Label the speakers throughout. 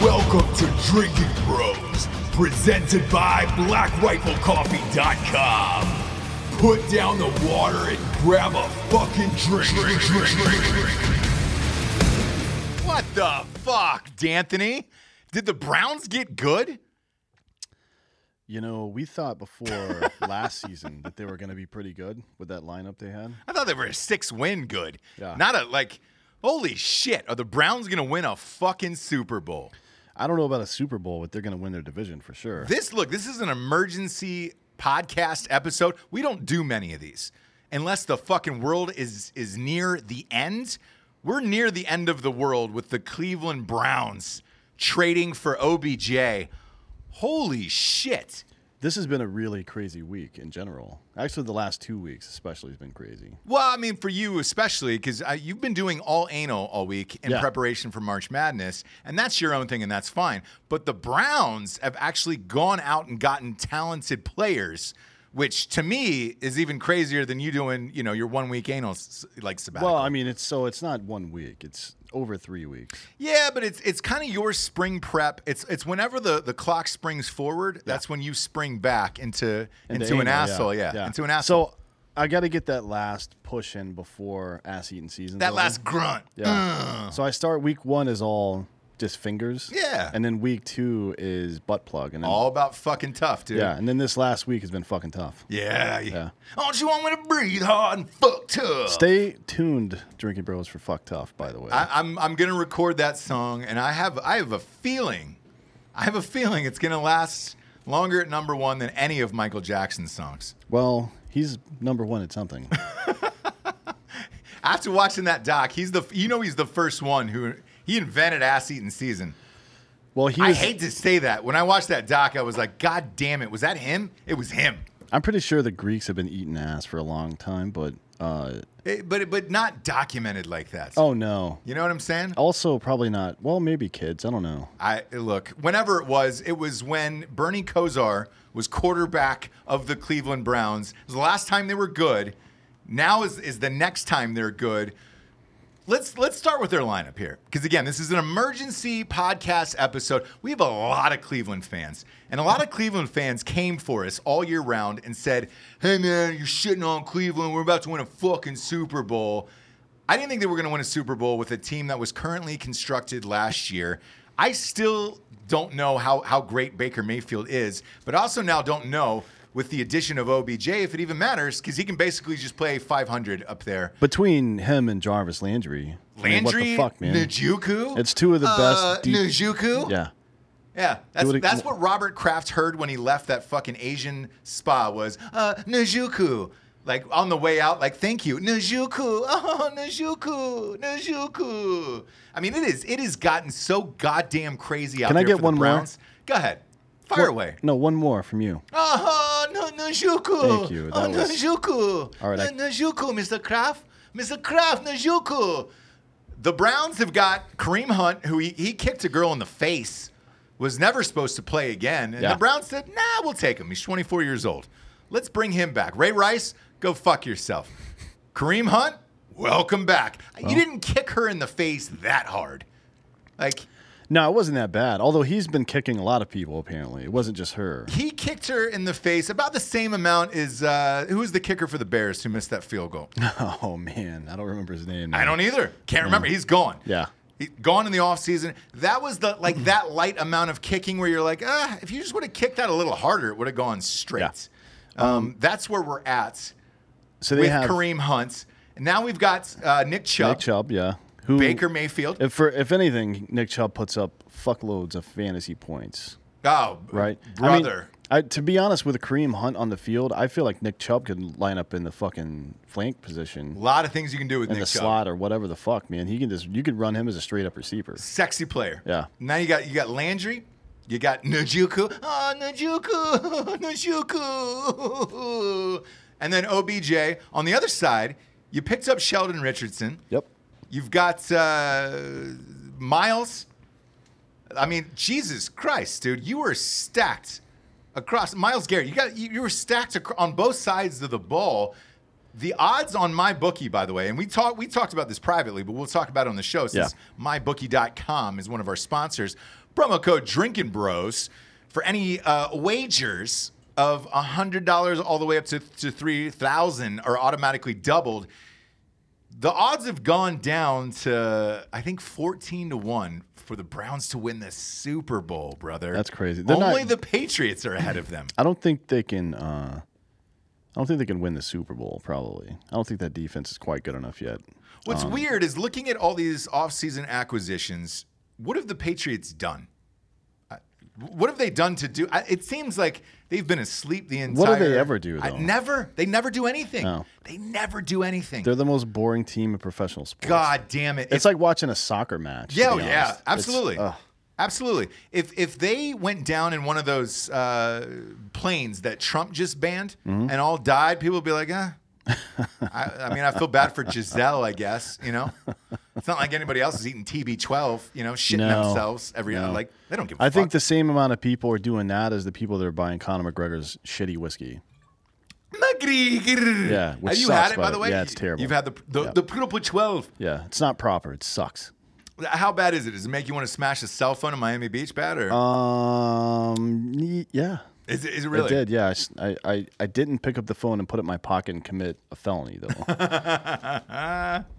Speaker 1: Welcome to Drinking Bros, presented by BlackRifleCoffee.com. Put down the water and grab a fucking drink. drink, drink, drink, drink. What the fuck, D'Anthony? Did the Browns get good?
Speaker 2: You know, we thought before last season that they were going to be pretty good with that lineup they had.
Speaker 1: I thought they were a six win good.
Speaker 2: Yeah.
Speaker 1: Not a, like, holy shit, are the Browns going to win a fucking Super Bowl?
Speaker 2: I don't know about a Super Bowl, but they're going to win their division for sure.
Speaker 1: This look, this is an emergency podcast episode. We don't do many of these unless the fucking world is is near the end. We're near the end of the world with the Cleveland Browns trading for OBJ. Holy shit.
Speaker 2: This has been a really crazy week in general. Actually, the last two weeks especially has been crazy.
Speaker 1: Well, I mean, for you especially, because you've been doing all anal all week in
Speaker 2: Yeah.
Speaker 1: preparation for March Madness, and that's your own thing, and that's fine. But the Browns have actually gone out and gotten talented players, which to me is even crazier than you doing, you know, your one week anal s- like sabbatical.
Speaker 2: Well, uh, I mean, it's so it's not one week; it's over three weeks.
Speaker 1: yeah, but it's it's kind of your spring prep. It's it's whenever the, the clock springs forward, that's when you spring back into into,
Speaker 2: The
Speaker 1: an
Speaker 2: anal,
Speaker 1: asshole. Yeah. into an asshole.
Speaker 2: So I got to get that last push in before ass eating season.
Speaker 1: that last grunt.
Speaker 2: Yeah. So I start week one is all just fingers.
Speaker 1: Yeah.
Speaker 2: And then week two is butt plug. And then,
Speaker 1: All about fucking tough, dude.
Speaker 2: yeah. And then this last week has been fucking tough.
Speaker 1: Yeah. yeah. Don't you want me to breathe hard and fuck tough?
Speaker 2: Stay tuned, Drinking Bros, for Fuck Tough, by the way.
Speaker 1: I, I'm I'm gonna record that song, and I have I have a feeling, I have a feeling it's gonna last longer at number one than any of Michael Jackson's songs.
Speaker 2: well, he's number one at something.
Speaker 1: After watching that doc, he's the you know he's the first one who he invented ass eating season.
Speaker 2: Well, he
Speaker 1: I
Speaker 2: was,
Speaker 1: hate to say that. When I watched that doc, I was like, God damn it, was that him? It was him.
Speaker 2: I'm pretty sure the Greeks have been eating ass for a long time, but uh,
Speaker 1: It- but but not documented like that.
Speaker 2: oh no.
Speaker 1: You know what I'm saying?
Speaker 2: Also, probably not. Well, maybe kids. I don't know.
Speaker 1: I look, whenever it was, it was when Bernie Kosar was quarterback of the Cleveland Browns. It was the last time they were good. Now is is the next time they're good. Let's let's start with their lineup here. Because again, this is an emergency podcast episode. We have a lot of Cleveland fans. And a lot of Cleveland fans came for us all year round and said, Hey man, you're shitting on Cleveland. We're about to win a fucking Super Bowl. I didn't think they were going to win a Super Bowl with a team that was currently constructed last year. I still don't know how, how great Baker Mayfield is, but also now don't know with the addition of OBJ if it even matters because he can basically just play 500 up there.
Speaker 2: Between him and Jarvis Landry, I mean,
Speaker 1: Landry,
Speaker 2: what the fuck, man?
Speaker 1: Njoku.
Speaker 2: It's two of the
Speaker 1: Uh,
Speaker 2: best. deep-
Speaker 1: Njoku.
Speaker 2: yeah.
Speaker 1: yeah. That's,
Speaker 2: Do it-
Speaker 1: that's what Robert Kraft heard when he left that fucking Asian spa was uh, Njoku. Like on the way out, like thank you, Njoku. Oh, Njoku, Njoku. I mean, it is it has gotten so goddamn crazy out
Speaker 2: Can I
Speaker 1: there
Speaker 2: get
Speaker 1: for
Speaker 2: one
Speaker 1: the
Speaker 2: more?
Speaker 1: Browns. Go ahead, fire away.
Speaker 2: No, one more from you.
Speaker 1: Oh, no, Njoku.
Speaker 2: Thank you,
Speaker 1: Oh,
Speaker 2: that was-
Speaker 1: Njoku.
Speaker 2: All right, I-
Speaker 1: No, Njoku, Mr. Kraft. Mr. Kraft, Njoku. The Browns have got Kareem Hunt, who he, he kicked a girl in the face, was never supposed to play again. And
Speaker 2: Yeah.
Speaker 1: the Browns said, nah, we'll take him. He's 24 years old. Let's bring him back. Ray Rice, go fuck yourself. Kareem Hunt, welcome back. you didn't kick her in the face that hard. Like,
Speaker 2: No, it wasn't that bad. Although he's been kicking a lot of people, apparently. It wasn't just her.
Speaker 1: He kicked her in the face about the same amount as uh, who was the kicker for the Bears who missed that field goal?
Speaker 2: Oh, man. I don't remember his name.
Speaker 1: I don't either. Can't remember. He's gone.
Speaker 2: Yeah.
Speaker 1: He, gone in the offseason. That was the like that light amount of kicking where you're like, ah, if you just would have kicked that a little harder, it would have gone straight. Um, that's where we're at
Speaker 2: So they
Speaker 1: with
Speaker 2: have
Speaker 1: Kareem Hunt. And now we've got uh, Nick Chubb,
Speaker 2: Nick Chubb, yeah. Who,
Speaker 1: Baker Mayfield.
Speaker 2: If for if anything, Nick Chubb puts up fuckloads of fantasy points,
Speaker 1: oh,
Speaker 2: right?
Speaker 1: brother.
Speaker 2: I mean, I, to be honest, with Kareem Hunt on the field, I feel like Nick Chubb could line up in the fucking flank
Speaker 1: a
Speaker 2: position,
Speaker 1: lot of things you can do with
Speaker 2: in
Speaker 1: Nick
Speaker 2: the
Speaker 1: Chubb.
Speaker 2: slot or whatever the fuck, man. He can just you could run him as a straight up receiver.
Speaker 1: sexy player.
Speaker 2: Yeah.
Speaker 1: Now you got you got Landry, you got Najuku, ah Najuku, Najuku, and then OBJ. On the other side, you picked up Sheldon Richardson.
Speaker 2: Yep.
Speaker 1: You've got uh, Miles. I mean, Jesus Christ, dude, you were stacked across Miles Garrett. You got you, you were stacked acro- on both sides of the ball. The odds on my bookie, by the way, and we talked we talked about this privately, but we'll talk about it on the show since
Speaker 2: Yeah.
Speaker 1: mybookie.com is one of our sponsors. Promo code Drinking Bros for any uh, wagers of hundred dollars all the way up to, to three thousand are automatically doubled. The odds have gone down to I think fourteen to one for the Browns to win the Super Bowl, brother.
Speaker 2: That's crazy. They're
Speaker 1: Only
Speaker 2: not-
Speaker 1: the Patriots are ahead of them.
Speaker 2: I don't think they can. Uh, I don't think they can win the Super Bowl. Probably. I don't think that defense is quite good enough yet.
Speaker 1: What's
Speaker 2: Um,
Speaker 1: weird is looking at all these offseason acquisitions. What have the Patriots done? I- What have they done to do? I, it seems like they've been asleep the entire.
Speaker 2: What do they ever do,
Speaker 1: I-
Speaker 2: though?
Speaker 1: never. They never do anything.
Speaker 2: No.
Speaker 1: They never do anything.
Speaker 2: They're the most boring team in professional sports.
Speaker 1: God damn it!
Speaker 2: It's like watching a soccer match. to
Speaker 1: Yeah, oh,
Speaker 2: be
Speaker 1: yeah,
Speaker 2: honest. It's-
Speaker 1: absolutely,
Speaker 2: ugh.
Speaker 1: absolutely. If if they went down in one of those uh, planes that Trump just banned
Speaker 2: Mm-hmm.
Speaker 1: and all died, people would be like, eh. I, I mean, I feel bad for Giselle, I guess. You know, it's not like anybody else is eating TB12. You know, shitting
Speaker 2: No,
Speaker 1: themselves every
Speaker 2: no.
Speaker 1: like they don't give. a
Speaker 2: I think
Speaker 1: fuck.
Speaker 2: the same amount of people are doing that as the people that are buying Conor McGregor's shitty whiskey.
Speaker 1: McGregor.
Speaker 2: Yeah, which
Speaker 1: have you
Speaker 2: sucks,
Speaker 1: had it
Speaker 2: but
Speaker 1: by the way?
Speaker 2: yeah, it's
Speaker 1: You-
Speaker 2: terrible.
Speaker 1: You've had the the, the Purple 12.
Speaker 2: Yeah, it's not proper. It sucks.
Speaker 1: How bad is it? Does it make you want to smash a cell phone in Miami Beach? Bad or
Speaker 2: Um, y- yeah,
Speaker 1: is, it, is it really?
Speaker 2: I did. Yeah, I s- I, I, I didn't pick up the phone and put it in my pocket and commit a felony though,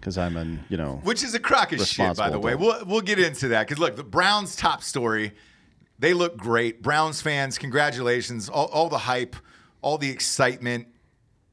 Speaker 2: because I'm an you know
Speaker 1: which is a crock of shit, by the
Speaker 2: Responsible
Speaker 1: way. We'll, we'll get into that because look, the Browns' top story. They look great. Browns fans, congratulations! All, all the hype, all the excitement,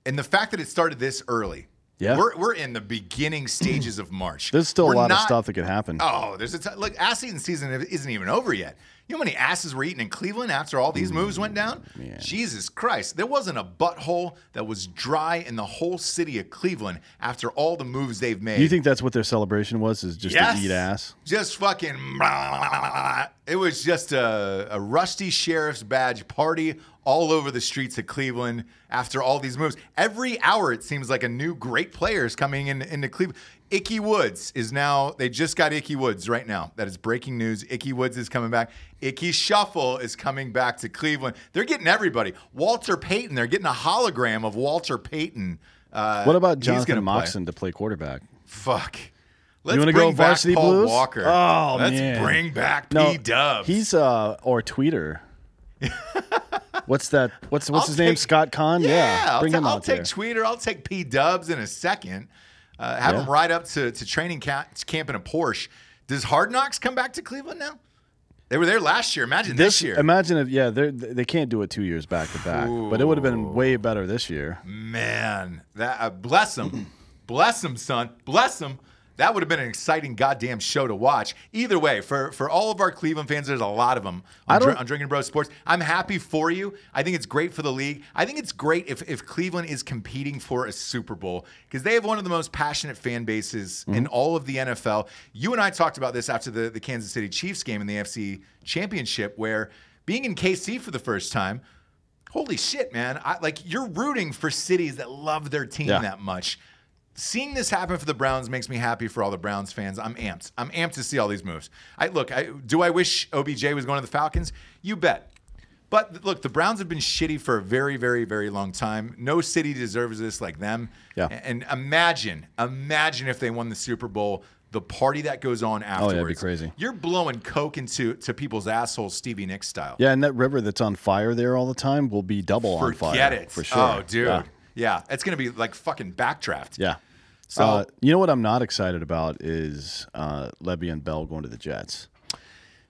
Speaker 1: and the fact that it started this early.
Speaker 2: Yeah.
Speaker 1: we're, we're in the beginning stages of March.
Speaker 2: there's still
Speaker 1: We're
Speaker 2: a lot of
Speaker 1: not-
Speaker 2: stuff that could happen.
Speaker 1: Oh, there's a t- look. Ass eating season isn't even over yet. You know how many asses were eaten in Cleveland after all these moves went down?
Speaker 2: Mm,
Speaker 1: Jesus Christ! There wasn't a butthole that was dry in the whole city of Cleveland after all the moves they've made.
Speaker 2: you think that's what their celebration was? Is just
Speaker 1: Yes.
Speaker 2: to eat ass?
Speaker 1: Just fucking. It was just a, a rusty sheriff's badge party all over the streets of Cleveland after all these moves. Every hour, it seems like a new great player is coming in, into Cleveland. Icky Woods is now, they just got Icky Woods right now. That is breaking news. Icky Woods is coming back. Icky Shuffle is coming back to Cleveland. They're getting everybody. Walter Payton, they're getting a hologram of Walter Payton. Uh,
Speaker 2: What about
Speaker 1: he's
Speaker 2: Jonathan
Speaker 1: gonna play.
Speaker 2: Moxon to play quarterback?
Speaker 1: Fuck. Let's
Speaker 2: wanna go
Speaker 1: bring back
Speaker 2: Varsity
Speaker 1: Paul
Speaker 2: Blues?
Speaker 1: Walker.
Speaker 2: Oh,
Speaker 1: Let's
Speaker 2: man.
Speaker 1: bring back
Speaker 2: No,
Speaker 1: P Dubs.
Speaker 2: he's uh or Tweeter. what's that? What's what's
Speaker 1: I'll
Speaker 2: his name?
Speaker 1: take-
Speaker 2: Scott Kahn. Yeah,
Speaker 1: I'll,
Speaker 2: bring
Speaker 1: ta-
Speaker 2: him
Speaker 1: I'll
Speaker 2: out
Speaker 1: take
Speaker 2: there.
Speaker 1: Tweeter. I'll take P Dubs in a second. Uh, have
Speaker 2: Yeah.
Speaker 1: him ride up to, to training ca- camp in a Porsche. Does Hard Knocks come back to Cleveland now? They were there last year. Imagine this, year.
Speaker 2: Imagine if yeah, they're- they they can't do it two years back to back, but it would have been way better this year.
Speaker 1: Mm. Man, that uh, bless him, bless him, son, bless him. That would have been an exciting goddamn show to watch. Either way, for for all of our Cleveland fans, there's a lot of them on,
Speaker 2: I don't-
Speaker 1: Dr- on Drinking Bros Sports. I'm happy for you. I think it's great for the league. I think it's great if if Cleveland is competing for a Super Bowl because they have one of the most passionate fan bases
Speaker 2: Mm-hmm.
Speaker 1: in all of the NFL. You and I talked about this after the the Kansas City Chiefs game in the AFC Championship, where being in KC for the first time. Holy shit, man. I, like, you're rooting for cities that love their team
Speaker 2: Yeah.
Speaker 1: that much. Seeing this happen for the Browns makes me happy for all the Browns fans. I'm amped. I'm amped to see all these moves. I look, I do I wish OBJ was going to the Falcons? You bet. But look, the Browns have been shitty for a very, very, very long time. No city deserves this like them.
Speaker 2: Yeah.
Speaker 1: And imagine, imagine if they won the Super Bowl, the party that goes on
Speaker 2: that'd
Speaker 1: afterwards.
Speaker 2: Oh, be crazy.
Speaker 1: You're blowing coke into to people's assholes, Stevie Nicks style.
Speaker 2: Yeah, and that river that's on fire there all the time will be double on fire.
Speaker 1: Forget it.
Speaker 2: for sure.
Speaker 1: Oh, dude.
Speaker 2: Yeah.
Speaker 1: Yeah. It's gonna be like fucking backdraft.
Speaker 2: Yeah.
Speaker 1: So-
Speaker 2: uh, you know what I'm not excited about is uh, Levy and Bell going to the Jets.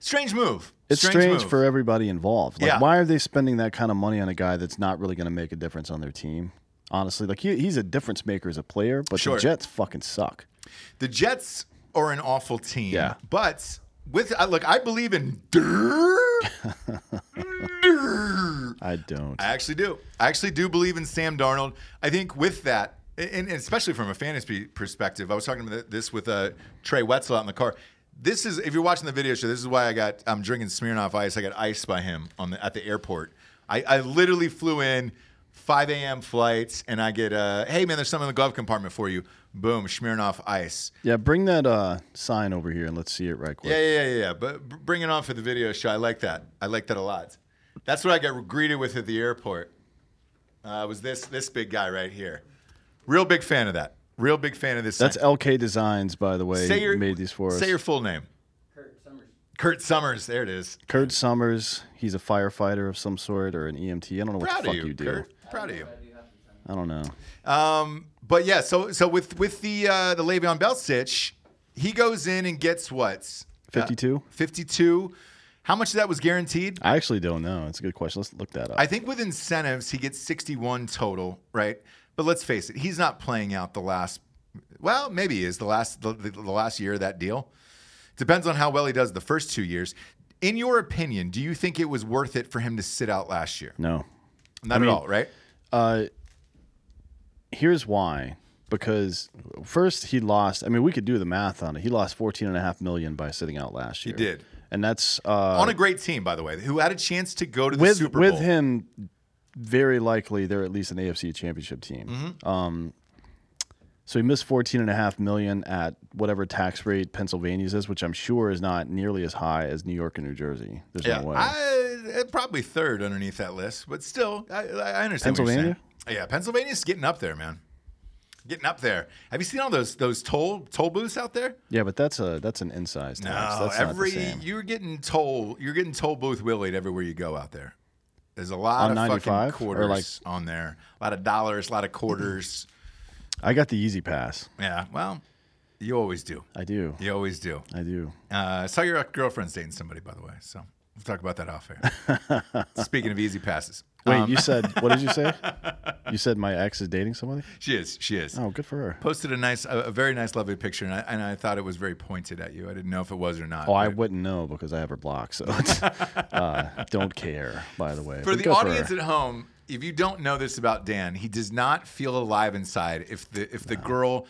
Speaker 1: Strange move.
Speaker 2: It's strange,
Speaker 1: move.
Speaker 2: for everybody involved. Like,
Speaker 1: Yeah.
Speaker 2: why are they spending that kind of money on a guy that's not really going to make a difference on their team? Honestly, like he, he's a difference maker as a player, but
Speaker 1: Sure.
Speaker 2: the Jets fucking suck.
Speaker 1: the Jets are an awful team.
Speaker 2: Yeah.
Speaker 1: But with uh, look, I believe in Durr.
Speaker 2: I don't.
Speaker 1: I actually do. I actually do believe in Sam Darnold. I think with that, and, and especially from a fantasy perspective, I was talking about this with uh, Trey Wetzel out in the car. This is if you're watching the video show. This is why I got I'm drinking Smirnoff Ice. I got iced by him on the at the airport. I, I literally flew in 5 a.m. flights, and I get uh, hey man, there's something in the glove compartment for you. Boom, Smirnoff Ice.
Speaker 2: yeah, bring that uh, sign over here and let's see it right quick.
Speaker 1: Yeah, yeah, yeah, yeah. But b- bring it on for the video show. I like that. I like that a lot. That's what I got greeted with at the airport. Uh, was this this big guy right here? Real big fan of that. Real big fan of this.
Speaker 2: That's
Speaker 1: sign.
Speaker 2: LK Designs, by the way.
Speaker 1: say your
Speaker 2: made these for us.
Speaker 1: Say your full name.
Speaker 3: Kurt Summers.
Speaker 1: Kurt Summers, there it is.
Speaker 2: Kurt Summers, he's a firefighter of some sort or an EMT. I don't know what
Speaker 1: Proud
Speaker 2: the
Speaker 1: of
Speaker 2: fuck
Speaker 1: you,
Speaker 2: you do.
Speaker 1: Kurt. Uh, Proud of you.
Speaker 2: I don't know.
Speaker 1: But yeah, so so with with the uh, the Le'Veon Bell sitch, he goes in and gets what Uh,
Speaker 2: 52?
Speaker 1: fifty two. How much of that was guaranteed?
Speaker 2: I actually don't know. It's a good question. Let's look that up.
Speaker 1: I think with incentives, he gets sixty one total, right? But let's face it, he's not playing out the last. Well, maybe he is the last the, the, the last year of that deal. Depends on how well he does the first two years. In your opinion, do you think it was worth it for him to sit out last year?
Speaker 2: no.
Speaker 1: Not at all, right?
Speaker 2: Uh, here's why. Because first he lost. I mean, we could do the math on it. He lost fourteen and a half million by sitting out last year.
Speaker 1: did.
Speaker 2: and that's uh,
Speaker 1: on a great team, by the way, who had a chance to go to the
Speaker 2: with
Speaker 1: Super
Speaker 2: with
Speaker 1: Bowl.
Speaker 2: him. Very likely, they're at least an AFC Championship team.
Speaker 1: Mm-hmm.
Speaker 2: Um, so he missed fourteen and a half million at whatever tax rate Pennsylvania's is, which I'm sure is not nearly as high as New York and New Jersey. There's
Speaker 1: Yeah,
Speaker 2: no way.
Speaker 1: I, uh, probably third underneath that list, but still, I, I understand.
Speaker 2: Pennsylvania?
Speaker 1: What you're saying. Yeah, Pennsylvania's getting up there, man. Getting up there. Have you seen all those those toll toll booths out there?
Speaker 2: yeah, but that's a that's an insize tax. that's
Speaker 1: Oh, every
Speaker 2: not the same.
Speaker 1: you're getting toll you're getting toll booth willied everywhere you go out there. There's a lot
Speaker 2: On
Speaker 1: of
Speaker 2: 95?
Speaker 1: fucking
Speaker 2: Or
Speaker 1: quarters
Speaker 2: like-
Speaker 1: on there. A lot of dollars, a lot of quarters.
Speaker 2: I got the easy pass.
Speaker 1: yeah, well, you always do.
Speaker 2: I do.
Speaker 1: You always do.
Speaker 2: I do.
Speaker 1: Uh, I saw your girlfriend's dating somebody, by the way. So we'll talk about that off air. Speaking of easy passes,
Speaker 2: Wait, you said what did you say? You said my ex is dating somebody?
Speaker 1: she is. She is.
Speaker 2: Oh, good for her.
Speaker 1: Posted a nice, a, a very nice, lovely picture, and I, and I thought it was very pointed at you. I didn't know if it was or not.
Speaker 2: Oh, I
Speaker 1: but-
Speaker 2: wouldn't know because I have her blocked, so it's, uh, don't care. By the way,
Speaker 1: for
Speaker 2: But
Speaker 1: the
Speaker 2: good her.
Speaker 1: audience at home, if you don't know this about Dan, he does not feel alive inside if the if the girl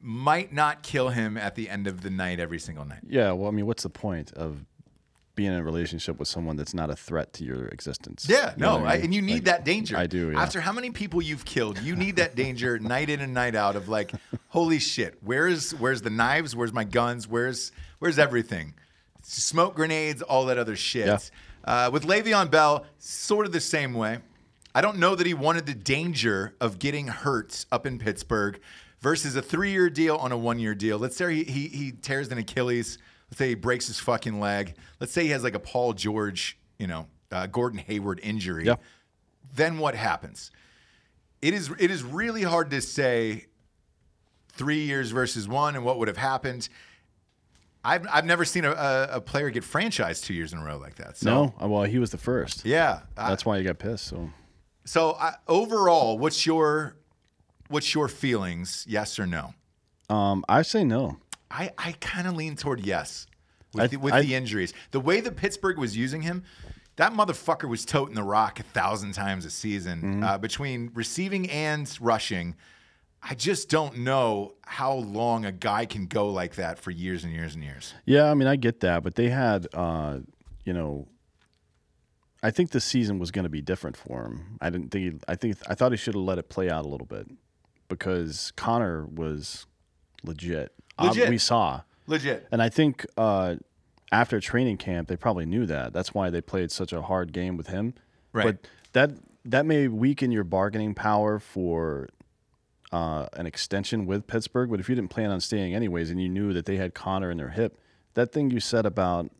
Speaker 1: might not kill him at the end of the night every single night.
Speaker 2: yeah, well, I mean, what's the point of being in a relationship with someone that's not a threat to your existence?
Speaker 1: Yeah,
Speaker 2: You know
Speaker 1: no,
Speaker 2: what
Speaker 1: I,
Speaker 2: mean?
Speaker 1: and you need
Speaker 2: Like,
Speaker 1: that danger.
Speaker 2: I do, yeah.
Speaker 1: After how many people you've killed, you need that danger night in and night out. Of like, holy shit, where's where's the knives? Where's my guns? Where's where's everything? Smoke grenades, all that other shit.
Speaker 2: Yeah.
Speaker 1: Uh, with Le'Veon Bell, sort of the same way. I don't know that he wanted the danger of getting hurt up in Pittsburgh versus a three-year deal on a one-year deal. Let's say he, he he tears an Achilles. Let's say he breaks his fucking leg. Let's say he has like a Paul George, you know, uh, Gordon Hayward injury.
Speaker 2: Yeah.
Speaker 1: Then what happens? It is it is really hard to say three years versus one and what would have happened. I've, I've never seen a, a, a player get franchised two years in a row like that. So
Speaker 2: No, Uh, well, he was the first.
Speaker 1: yeah. I-
Speaker 2: That's why you got pissed. So
Speaker 1: so I, overall, what's your what's your feelings? Yes or no?
Speaker 2: um, I say no.
Speaker 1: I, I kind of lean toward yes with,
Speaker 2: I-
Speaker 1: the, with
Speaker 2: I-
Speaker 1: the injuries. The way that Pittsburgh was using him, that motherfucker was toting the rock a thousand times a season
Speaker 2: Mm-hmm.
Speaker 1: uh, between receiving and rushing. I just don't know how long a guy can go like that for years and years and years.
Speaker 2: Yeah, I mean, I get that, but they had, uh, you know, I think the season was going to be different for him. I didn't think. He, I think I thought he should have let it play out a little bit because Connor was legit. Um,
Speaker 1: Legit.
Speaker 2: we saw,
Speaker 1: Legit.
Speaker 2: and I think uh, after training camp, they probably knew that. That's why they played such a hard game with him.
Speaker 1: Right.
Speaker 2: But that that may weaken your bargaining power for uh, an extension with Pittsburgh. But if you didn't plan on staying anyways, and you knew that they had Connor in their hip, that thing you said about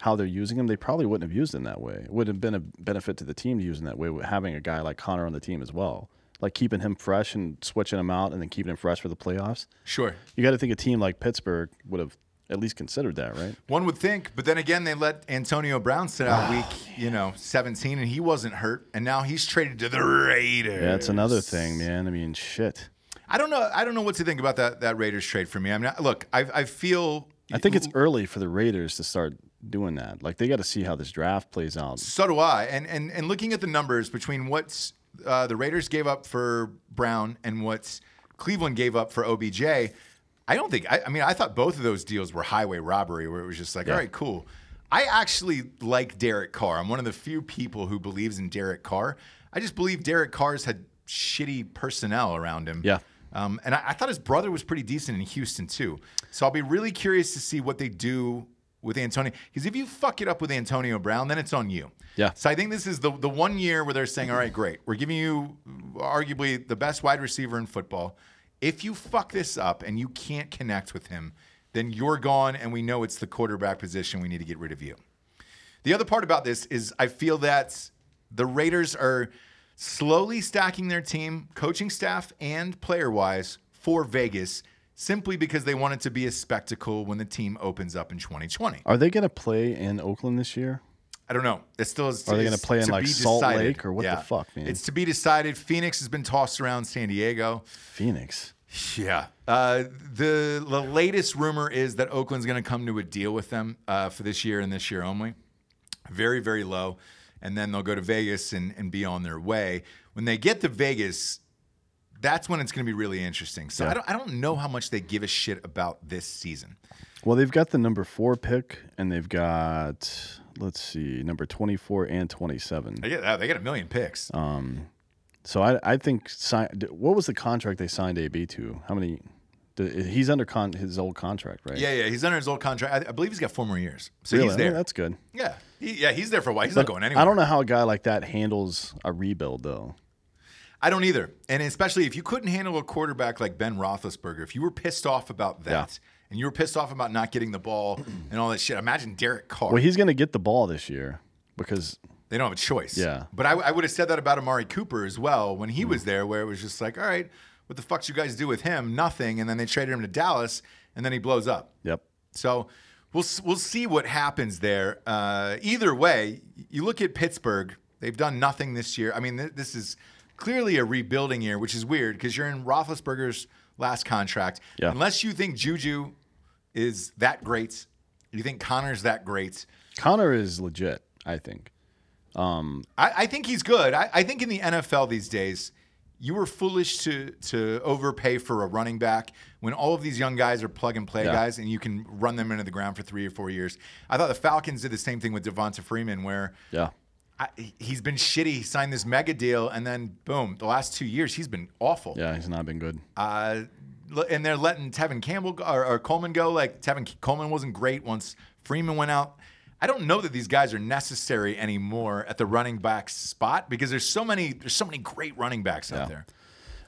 Speaker 2: how they're using him, they probably wouldn't have used him that way. It would have been a benefit to the team to use him that way, with having a guy like Connor on the team as well. Like keeping him fresh and switching him out, and then keeping him fresh for the playoffs.
Speaker 1: Sure.
Speaker 2: You got to think a team like Pittsburgh would have at least considered that, right?
Speaker 1: One would think, but then again, they let Antonio Brown sit
Speaker 2: Ah,
Speaker 1: out week, you know, 17, and he wasn't hurt, and now he's traded to the Raiders.
Speaker 2: Yeah, that's another thing, man. I mean, shit.
Speaker 1: I don't know. I don't know what to think about that that Raiders trade for me. I'm not. Look, I I feel.
Speaker 2: I think it's early for the Raiders to start doing that. Like they got to see how this draft plays out.
Speaker 1: So do I. And and and looking at the numbers between what uh, the Raiders gave up for Brown and what Cleveland gave up for OBJ, I don't think. I, I mean, I thought both of those deals were highway robbery, where it was just like, all right, cool. I actually like Derek Carr. I'm one of the few people who believes in Derek Carr. I just believe Derek Carr's had shitty personnel around him.
Speaker 2: Yeah.
Speaker 1: Um, and I, I thought his brother was pretty decent in Houston too. So I'll be really curious to see what they do with Antonio. Because if you fuck it up with Antonio Brown, then it's on you.
Speaker 2: Yeah.
Speaker 1: So I think this is the the one year where they're saying, all right, great, we're giving you arguably the best wide receiver in football. If you fuck this up and you can't connect with him, then you're gone, and we know it's the quarterback position. We need to get rid of you. The other part about this is I feel that the Raiders are slowly stacking their team, coaching staff and player wise, for Vegas simply because they want it to be a spectacle when the team opens up in 2020.
Speaker 2: Are they going to play in Oakland this year?
Speaker 1: I don't know. It still is.
Speaker 2: Are they
Speaker 1: it's
Speaker 2: gonna play in,
Speaker 1: to
Speaker 2: like,
Speaker 1: be
Speaker 2: Salt
Speaker 1: decided.
Speaker 2: Lake or what the fuck, man?
Speaker 1: It's to be decided. Phoenix has been tossed around San Diego.
Speaker 2: Phoenix.
Speaker 1: Yeah. Uh, the the latest rumor is that Oakland's going to come to a deal with them uh, for this year and this year only. Very very low, and then they'll go to Vegas and and be on their way. When they get to Vegas, that's when it's going to be really interesting. So I don't I don't know how much they give a shit about this season.
Speaker 2: Well, they've got the number four pick, and they've got let's see, number twenty-four and twenty-seven.
Speaker 1: They get uh, they get a million picks.
Speaker 2: Oh. So I, I think si- d- what was the contract they signed AB to? How many? d- He's under con- his old contract, right?
Speaker 1: yeah, yeah. He's under his old contract. I, I believe he's got four more years, so
Speaker 2: Really?
Speaker 1: he's
Speaker 2: I mean,
Speaker 1: there.
Speaker 2: that's good.
Speaker 1: Yeah, he, yeah, he's there for a while. He's not going anywhere.
Speaker 2: I don't know how a guy like that handles a rebuild, though.
Speaker 1: I don't either. And especially if you couldn't handle a quarterback like Ben Roethlisberger, if you were pissed off about that, and you were pissed off about not getting the ball and all that shit. Imagine Derek Carr.
Speaker 2: Well, he's going to get the ball this year because
Speaker 1: they don't have a choice.
Speaker 2: Yeah. Hmm.
Speaker 1: But I, I would have said that about Amari Cooper as well when he was there, where it was just like, all right, what the fuck do you guys do with him? Nothing. And then they traded him to Dallas, and then he blows up.
Speaker 2: yep,
Speaker 1: So we'll s- we'll see what happens there. Uh, either way, you look at Pittsburgh; they've done nothing this year. I mean, th- this is clearly a rebuilding year, which is weird because you're in Roethlisberger's last contract.
Speaker 2: Yeah.
Speaker 1: Unless you think Juju is that great, you think Connor's that great.
Speaker 2: Connor is legit. I think.
Speaker 1: I, I think he's good. I, I think in the NFL these days, you were foolish to to overpay for a running back when all of these young guys are plug and play
Speaker 2: Yeah.
Speaker 1: guys, and you can run them into the ground for three or four years. I thought the Falcons did the same thing with Devonta Freeman, where
Speaker 2: Yeah.
Speaker 1: I, he's been shitty. He signed this mega deal, and then boom, the last two years he's been awful.
Speaker 2: Yeah, he's not been good.
Speaker 1: Uh, l- and they're letting Tevin Campbell go, or, or Coleman go. Like Tevin C- Coleman wasn't great once Freeman went out. I don't know that these guys are necessary anymore at the running back spot because there's so many there's so many great running backs out there.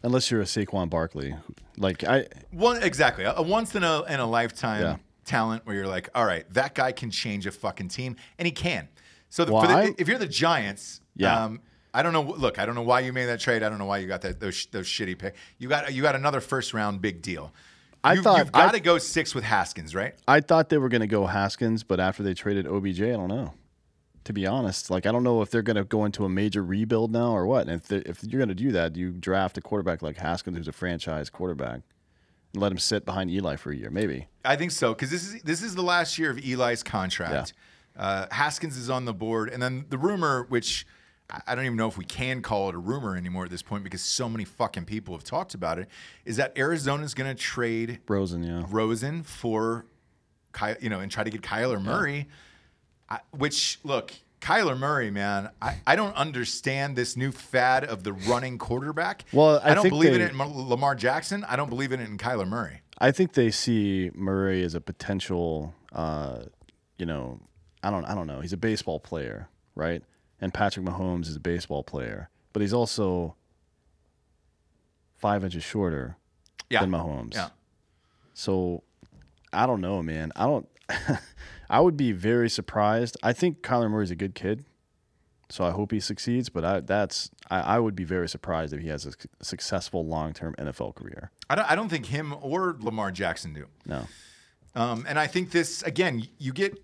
Speaker 2: Unless you're a Saquon Barkley, who- like I,
Speaker 1: One exactly a, a once in a in a lifetime
Speaker 2: Yeah.
Speaker 1: talent where you're like, all right, that guy can change a fucking team, and he can. So the,
Speaker 2: Well,
Speaker 1: for the,
Speaker 2: I-
Speaker 1: if you're the Giants,
Speaker 2: Yeah.
Speaker 1: Um, I don't know. Look, I don't know why you made that trade. I don't know why you got that those, those shitty pick. You got you got another first round big deal.
Speaker 2: I
Speaker 1: you,
Speaker 2: thought-
Speaker 1: you've got to go six with Haskins, right?
Speaker 2: I thought they were going to go Haskins, but after they traded OBJ, I don't know. To be honest, like I don't know if they're going to go into a major rebuild now or what. And if they- if you're going to do that, you draft a quarterback like Haskins, who's a franchise quarterback, and let him sit behind Eli for a year, maybe.
Speaker 1: I think so because this is this is the last year of Eli's contract. Uh, Haskins is on the board, and then the rumor, which I- I don't even know if we can call it a rumor anymore at this point because so many fucking people have talked about it, is that Arizona's going to trade
Speaker 2: Rosen, yeah,
Speaker 1: Rosen for, Ky- you know, and try to get Kyler Murray. I, which look, Kyler Murray, man, I, I don't understand this new fad of the running quarterback.
Speaker 2: Well, I
Speaker 1: don't
Speaker 2: think
Speaker 1: believe in
Speaker 2: they-
Speaker 1: it in Mar- Lamar Jackson. I don't believe in it in Kyler Murray.
Speaker 2: I think they see Murray as a potential. Uh, you know, I don't, I don't know. He's a baseball player, right? And Patrick Mahomes is a baseball player, but he's also five inches shorter
Speaker 1: Yeah.
Speaker 2: than Mahomes.
Speaker 1: Yeah.
Speaker 2: So I don't know, man. I don't. I would be very surprised. I think Kyler Murray's a good kid, so I hope he succeeds. But I, that's I, I would be very surprised if he has a suc- successful long-term NFL career.
Speaker 1: I don't, I don't think him or Lamar Jackson do.
Speaker 2: No,
Speaker 1: Um, and I think this again, you get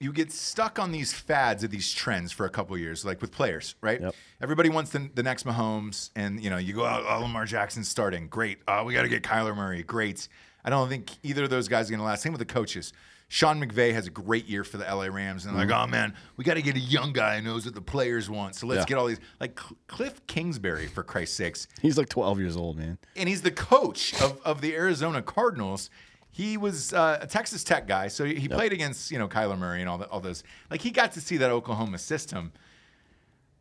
Speaker 1: you get stuck on these fads of these trends for a couple years, like with players, right?
Speaker 2: Yep.
Speaker 1: Everybody wants the, the next Mahomes, and you know, you go, oh, oh, Lamar Jackson's starting, great. Oh, we got to get Kyler Murray, great. I don't think either of those guys are going to last. Same with the coaches. Sean McVay has a great year for the LA Rams, and they're
Speaker 2: Mm-hmm.
Speaker 1: like, oh man, we got to get a young guy who knows what the players want. So let's
Speaker 2: Yeah.
Speaker 1: get all these, like Cl- Cliff Kingsbury, for Christ's sakes
Speaker 2: he's like 12 years old, man.
Speaker 1: and he's the coach of, of the Arizona Cardinals. He was uh, a Texas Tech guy, so he he played against you know Kyler Murray and all the, all those. Like he got to see that Oklahoma system.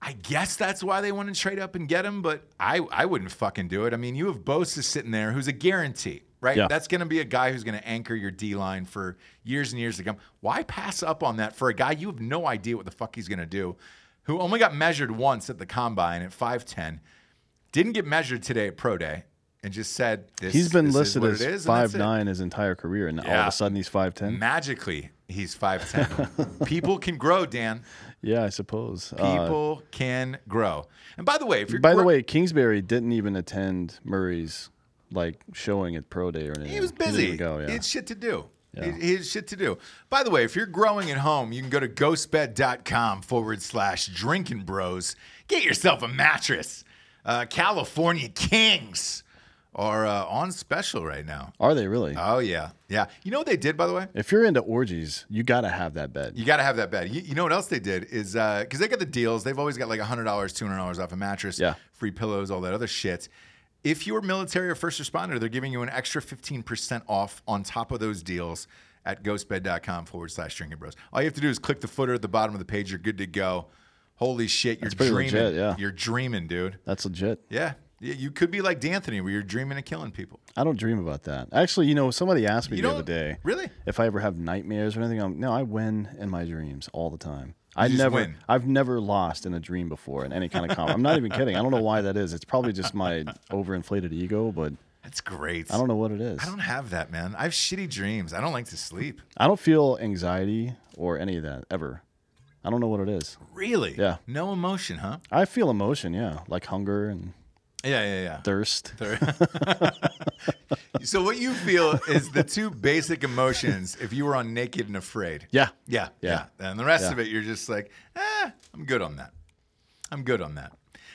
Speaker 1: I guess that's why they want to trade up and get him, but I I wouldn't fucking do it. I mean, you have Bosa sitting there, who's a guarantee, right?
Speaker 2: Yeah.
Speaker 1: That's going to be a guy who's going to anchor your D line for years and years to come. Why pass up on that for a guy you have no idea what the fuck he's going to do, who only got measured once at the combine at five ten, didn't get measured today at pro day, and just said, this,
Speaker 2: he's been
Speaker 1: this is
Speaker 2: listed
Speaker 1: what
Speaker 2: as
Speaker 1: it is, and that's
Speaker 2: five
Speaker 1: it.
Speaker 2: nine his entire career, and all of
Speaker 1: Yeah.
Speaker 2: a sudden he's five ten.
Speaker 1: Magically, he's 5'10. People can grow, Dan.
Speaker 2: Yeah, I suppose. Uh,
Speaker 1: People can grow. And by the way, if you're
Speaker 2: by the
Speaker 1: gro-
Speaker 2: way, Kingsbury didn't even attend Murray's like showing at pro day or anything.
Speaker 1: He was
Speaker 2: didn't
Speaker 1: busy.
Speaker 2: even go, yeah.
Speaker 1: He had shit to do.
Speaker 2: Yeah.
Speaker 1: He, he had shit to do. By the way, if you're growing at home, you can go to ghostbed.com forward slash drinking bros. Get yourself a mattress. Uh, California Kings are uh, on special right now.
Speaker 2: Are they really?
Speaker 1: Oh, yeah. Yeah. You know what they did, by the way?
Speaker 2: if you're into orgies, you got to have that bed.
Speaker 1: You got to have that bed. You, you know what else they did is because they got the deals. They've always got like $100, $200 off a mattress,
Speaker 2: Yeah.
Speaker 1: free pillows, all that other shit. If you're military or first responder, they're giving you an extra 15% off on top of those deals at ghostbed.com forward slash drinking bros. All you have to do is click the footer at the bottom of the page. You're good to go. Holy shit, you're
Speaker 2: pretty
Speaker 1: dreaming.
Speaker 2: legit, yeah.
Speaker 1: You're dreaming, dude.
Speaker 2: That's legit.
Speaker 1: Yeah. Yeah, You could be like D'Anthony where you're dreaming of killing people.
Speaker 2: I don't dream about that. Actually, you know, somebody asked me
Speaker 1: You
Speaker 2: the
Speaker 1: don't-
Speaker 2: other day
Speaker 1: Really?
Speaker 2: if I ever have nightmares or anything. I'm, no, I win in my dreams all the time. I
Speaker 1: just
Speaker 2: never,
Speaker 1: win.
Speaker 2: I've never lost in a dream before in any kind of comp. I'm not even kidding. I don't know why that is. It's probably just my overinflated ego, but
Speaker 1: That's great.
Speaker 2: I don't know what it is.
Speaker 1: I don't have that, man. I have shitty dreams. I don't like to sleep.
Speaker 2: I don't feel anxiety or any of that ever. I don't know what it is.
Speaker 1: Really?
Speaker 2: Yeah.
Speaker 1: No emotion, huh?
Speaker 2: I feel emotion, yeah, like hunger and
Speaker 1: Yeah, yeah, yeah.
Speaker 2: thirst.
Speaker 1: So what you feel is the two basic emotions if you were on Naked and Afraid.
Speaker 2: Yeah.
Speaker 1: Yeah, yeah.
Speaker 2: Yeah.
Speaker 1: And the rest of it, you're just like, eh, I'm good on that. I'm good on that.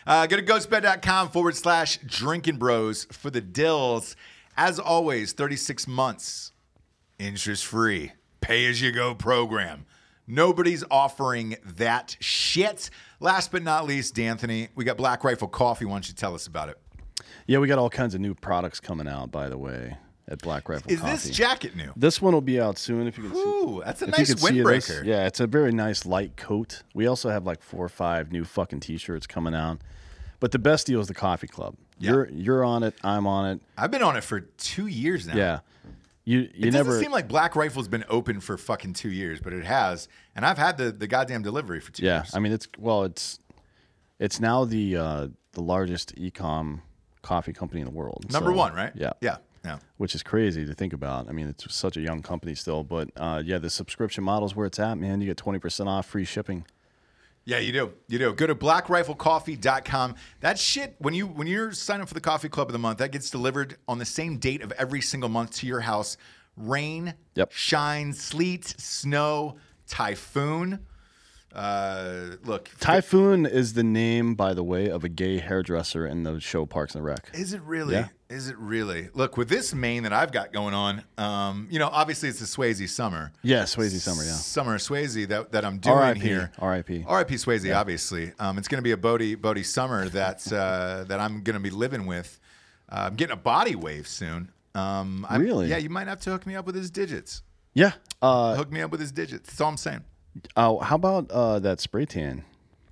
Speaker 1: Uh, go to ghostbed.com forward slash drinking bros for the dills. As always, 36 months, interest free, pay as you go program. Nobody's offering that shit. Last but not least, D'Anthony, we got Black Rifle Coffee. Why don't you tell us about it?
Speaker 2: Yeah, we got all kinds of new products coming out, by the way, at Black Rifle
Speaker 1: Is
Speaker 2: Coffee.
Speaker 1: this jacket new?
Speaker 2: This one will be out soon if you can see.
Speaker 1: Ooh, that's a
Speaker 2: If
Speaker 1: nice
Speaker 2: you can see this-
Speaker 1: windbreaker.
Speaker 2: yeah, it's a very nice light coat. We also have like four or five new fucking t-shirts coming out. But the best deal is the coffee club.
Speaker 1: Yeah.
Speaker 2: You're you're on it, I'm on it.
Speaker 1: I've been on it for two years now.
Speaker 2: Yeah. You you
Speaker 1: It doesn't
Speaker 2: never
Speaker 1: seem like Black Rifle's been open for fucking two years, but it has. And I've had the, the goddamn delivery for two
Speaker 2: Yeah,
Speaker 1: years.
Speaker 2: I mean it's well, it's it's now the uh, the largest e-com coffee company in the world.
Speaker 1: Number
Speaker 2: So,
Speaker 1: one, right?
Speaker 2: Yeah,
Speaker 1: Yeah. Yeah.
Speaker 2: which is crazy to think about. I mean, it's such a young company still, but uh, yeah, the subscription model's where it's at, man. You get twenty percent off, free shipping.
Speaker 1: Yeah, you do. You do. Go to blackriflecoffee.com. That shit, when you when you're signing up for the coffee club of the month, that gets delivered on the same date of every single month to your house. Rain,
Speaker 2: Yep.
Speaker 1: shine, sleet, snow, typhoon. Uh, look,
Speaker 2: Typhoon is the name, by the way, of a gay hairdresser in the show Parks and Rec.
Speaker 1: Is it really?
Speaker 2: Yeah.
Speaker 1: Is it really? Look, with this mane that I've got going on, um, you know, obviously it's the Swayze summer.
Speaker 2: Yeah, Swayze Summer. Yeah,
Speaker 1: Summer Swayze that, that I'm doing
Speaker 2: R.I.P.
Speaker 1: here.
Speaker 2: R.I.P.
Speaker 1: R.I.P. Swayze, obviously. Um, it's going to be a Bodie Bodie summer that uh, that I'm going to be living with. Uh, I'm getting a body wave soon. Um, I'm-
Speaker 2: Really?
Speaker 1: Yeah, you might have to hook me up with his digits.
Speaker 2: Yeah. Uh,
Speaker 1: Hook me up with his digits. That's all I'm saying.
Speaker 2: oh, how about uh, that spray tan?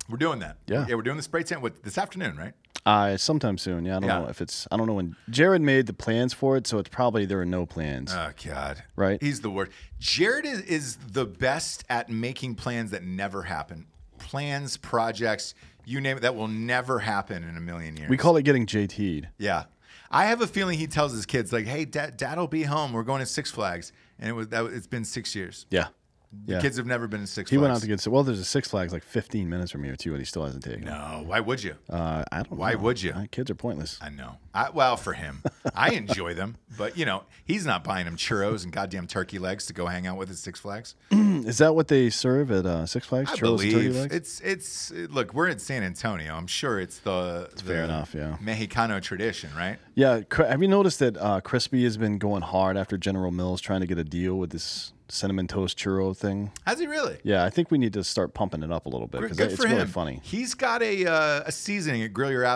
Speaker 1: We're doing that.
Speaker 2: Yeah.
Speaker 1: yeah, we're doing the spray tan with this afternoon, right?
Speaker 2: Uh, sometime soon. Yeah, I don't
Speaker 1: Yeah.
Speaker 2: know if it's. I don't know when Jared made the plans for it, so it's probably there are no plans.
Speaker 1: Oh God!
Speaker 2: Right?
Speaker 1: He's the worst. Jared is, is the best at making plans that never happen. Plans, projects, you name it, that will never happen in a million years.
Speaker 2: we call it getting JT'd.
Speaker 1: yeah. I have a feeling he tells his kids like, "Hey, dad, dad'll be home. We're going to Six Flags," and it was that. It's been six years.
Speaker 2: Yeah, yeah.
Speaker 1: The kids have never been to Six
Speaker 2: he
Speaker 1: Flags.
Speaker 2: went out to get. Well, there's a Six Flags like 15 minutes from here too, and he still hasn't taken. it.
Speaker 1: no, why would you?
Speaker 2: Uh, I don't.
Speaker 1: Why
Speaker 2: know.
Speaker 1: would you?
Speaker 2: Uh, kids are pointless.
Speaker 1: I know. I, well, for him, I enjoy them, but you know, he's not buying him churros and goddamn turkey legs to go hang out with at Six Flags.
Speaker 2: Is that what they serve at uh, Six Flags?
Speaker 1: I
Speaker 2: Churros and turkey
Speaker 1: believe
Speaker 2: legs?
Speaker 1: it's it's it- look. We're in San Antonio. I'm sure it's the, the
Speaker 2: fair enough, yeah.
Speaker 1: Mexicano tradition, right?
Speaker 2: Yeah. Cr- have you noticed that uh, Crispy has been going hard after General Mills trying to get a deal with this cinnamon toast churro thing?
Speaker 1: How's he really?
Speaker 2: Yeah, I think we need to start pumping it up a little bit because
Speaker 1: Good
Speaker 2: it's
Speaker 1: for
Speaker 2: really
Speaker 1: him.
Speaker 2: funny.
Speaker 1: He's got a uh, a seasoning at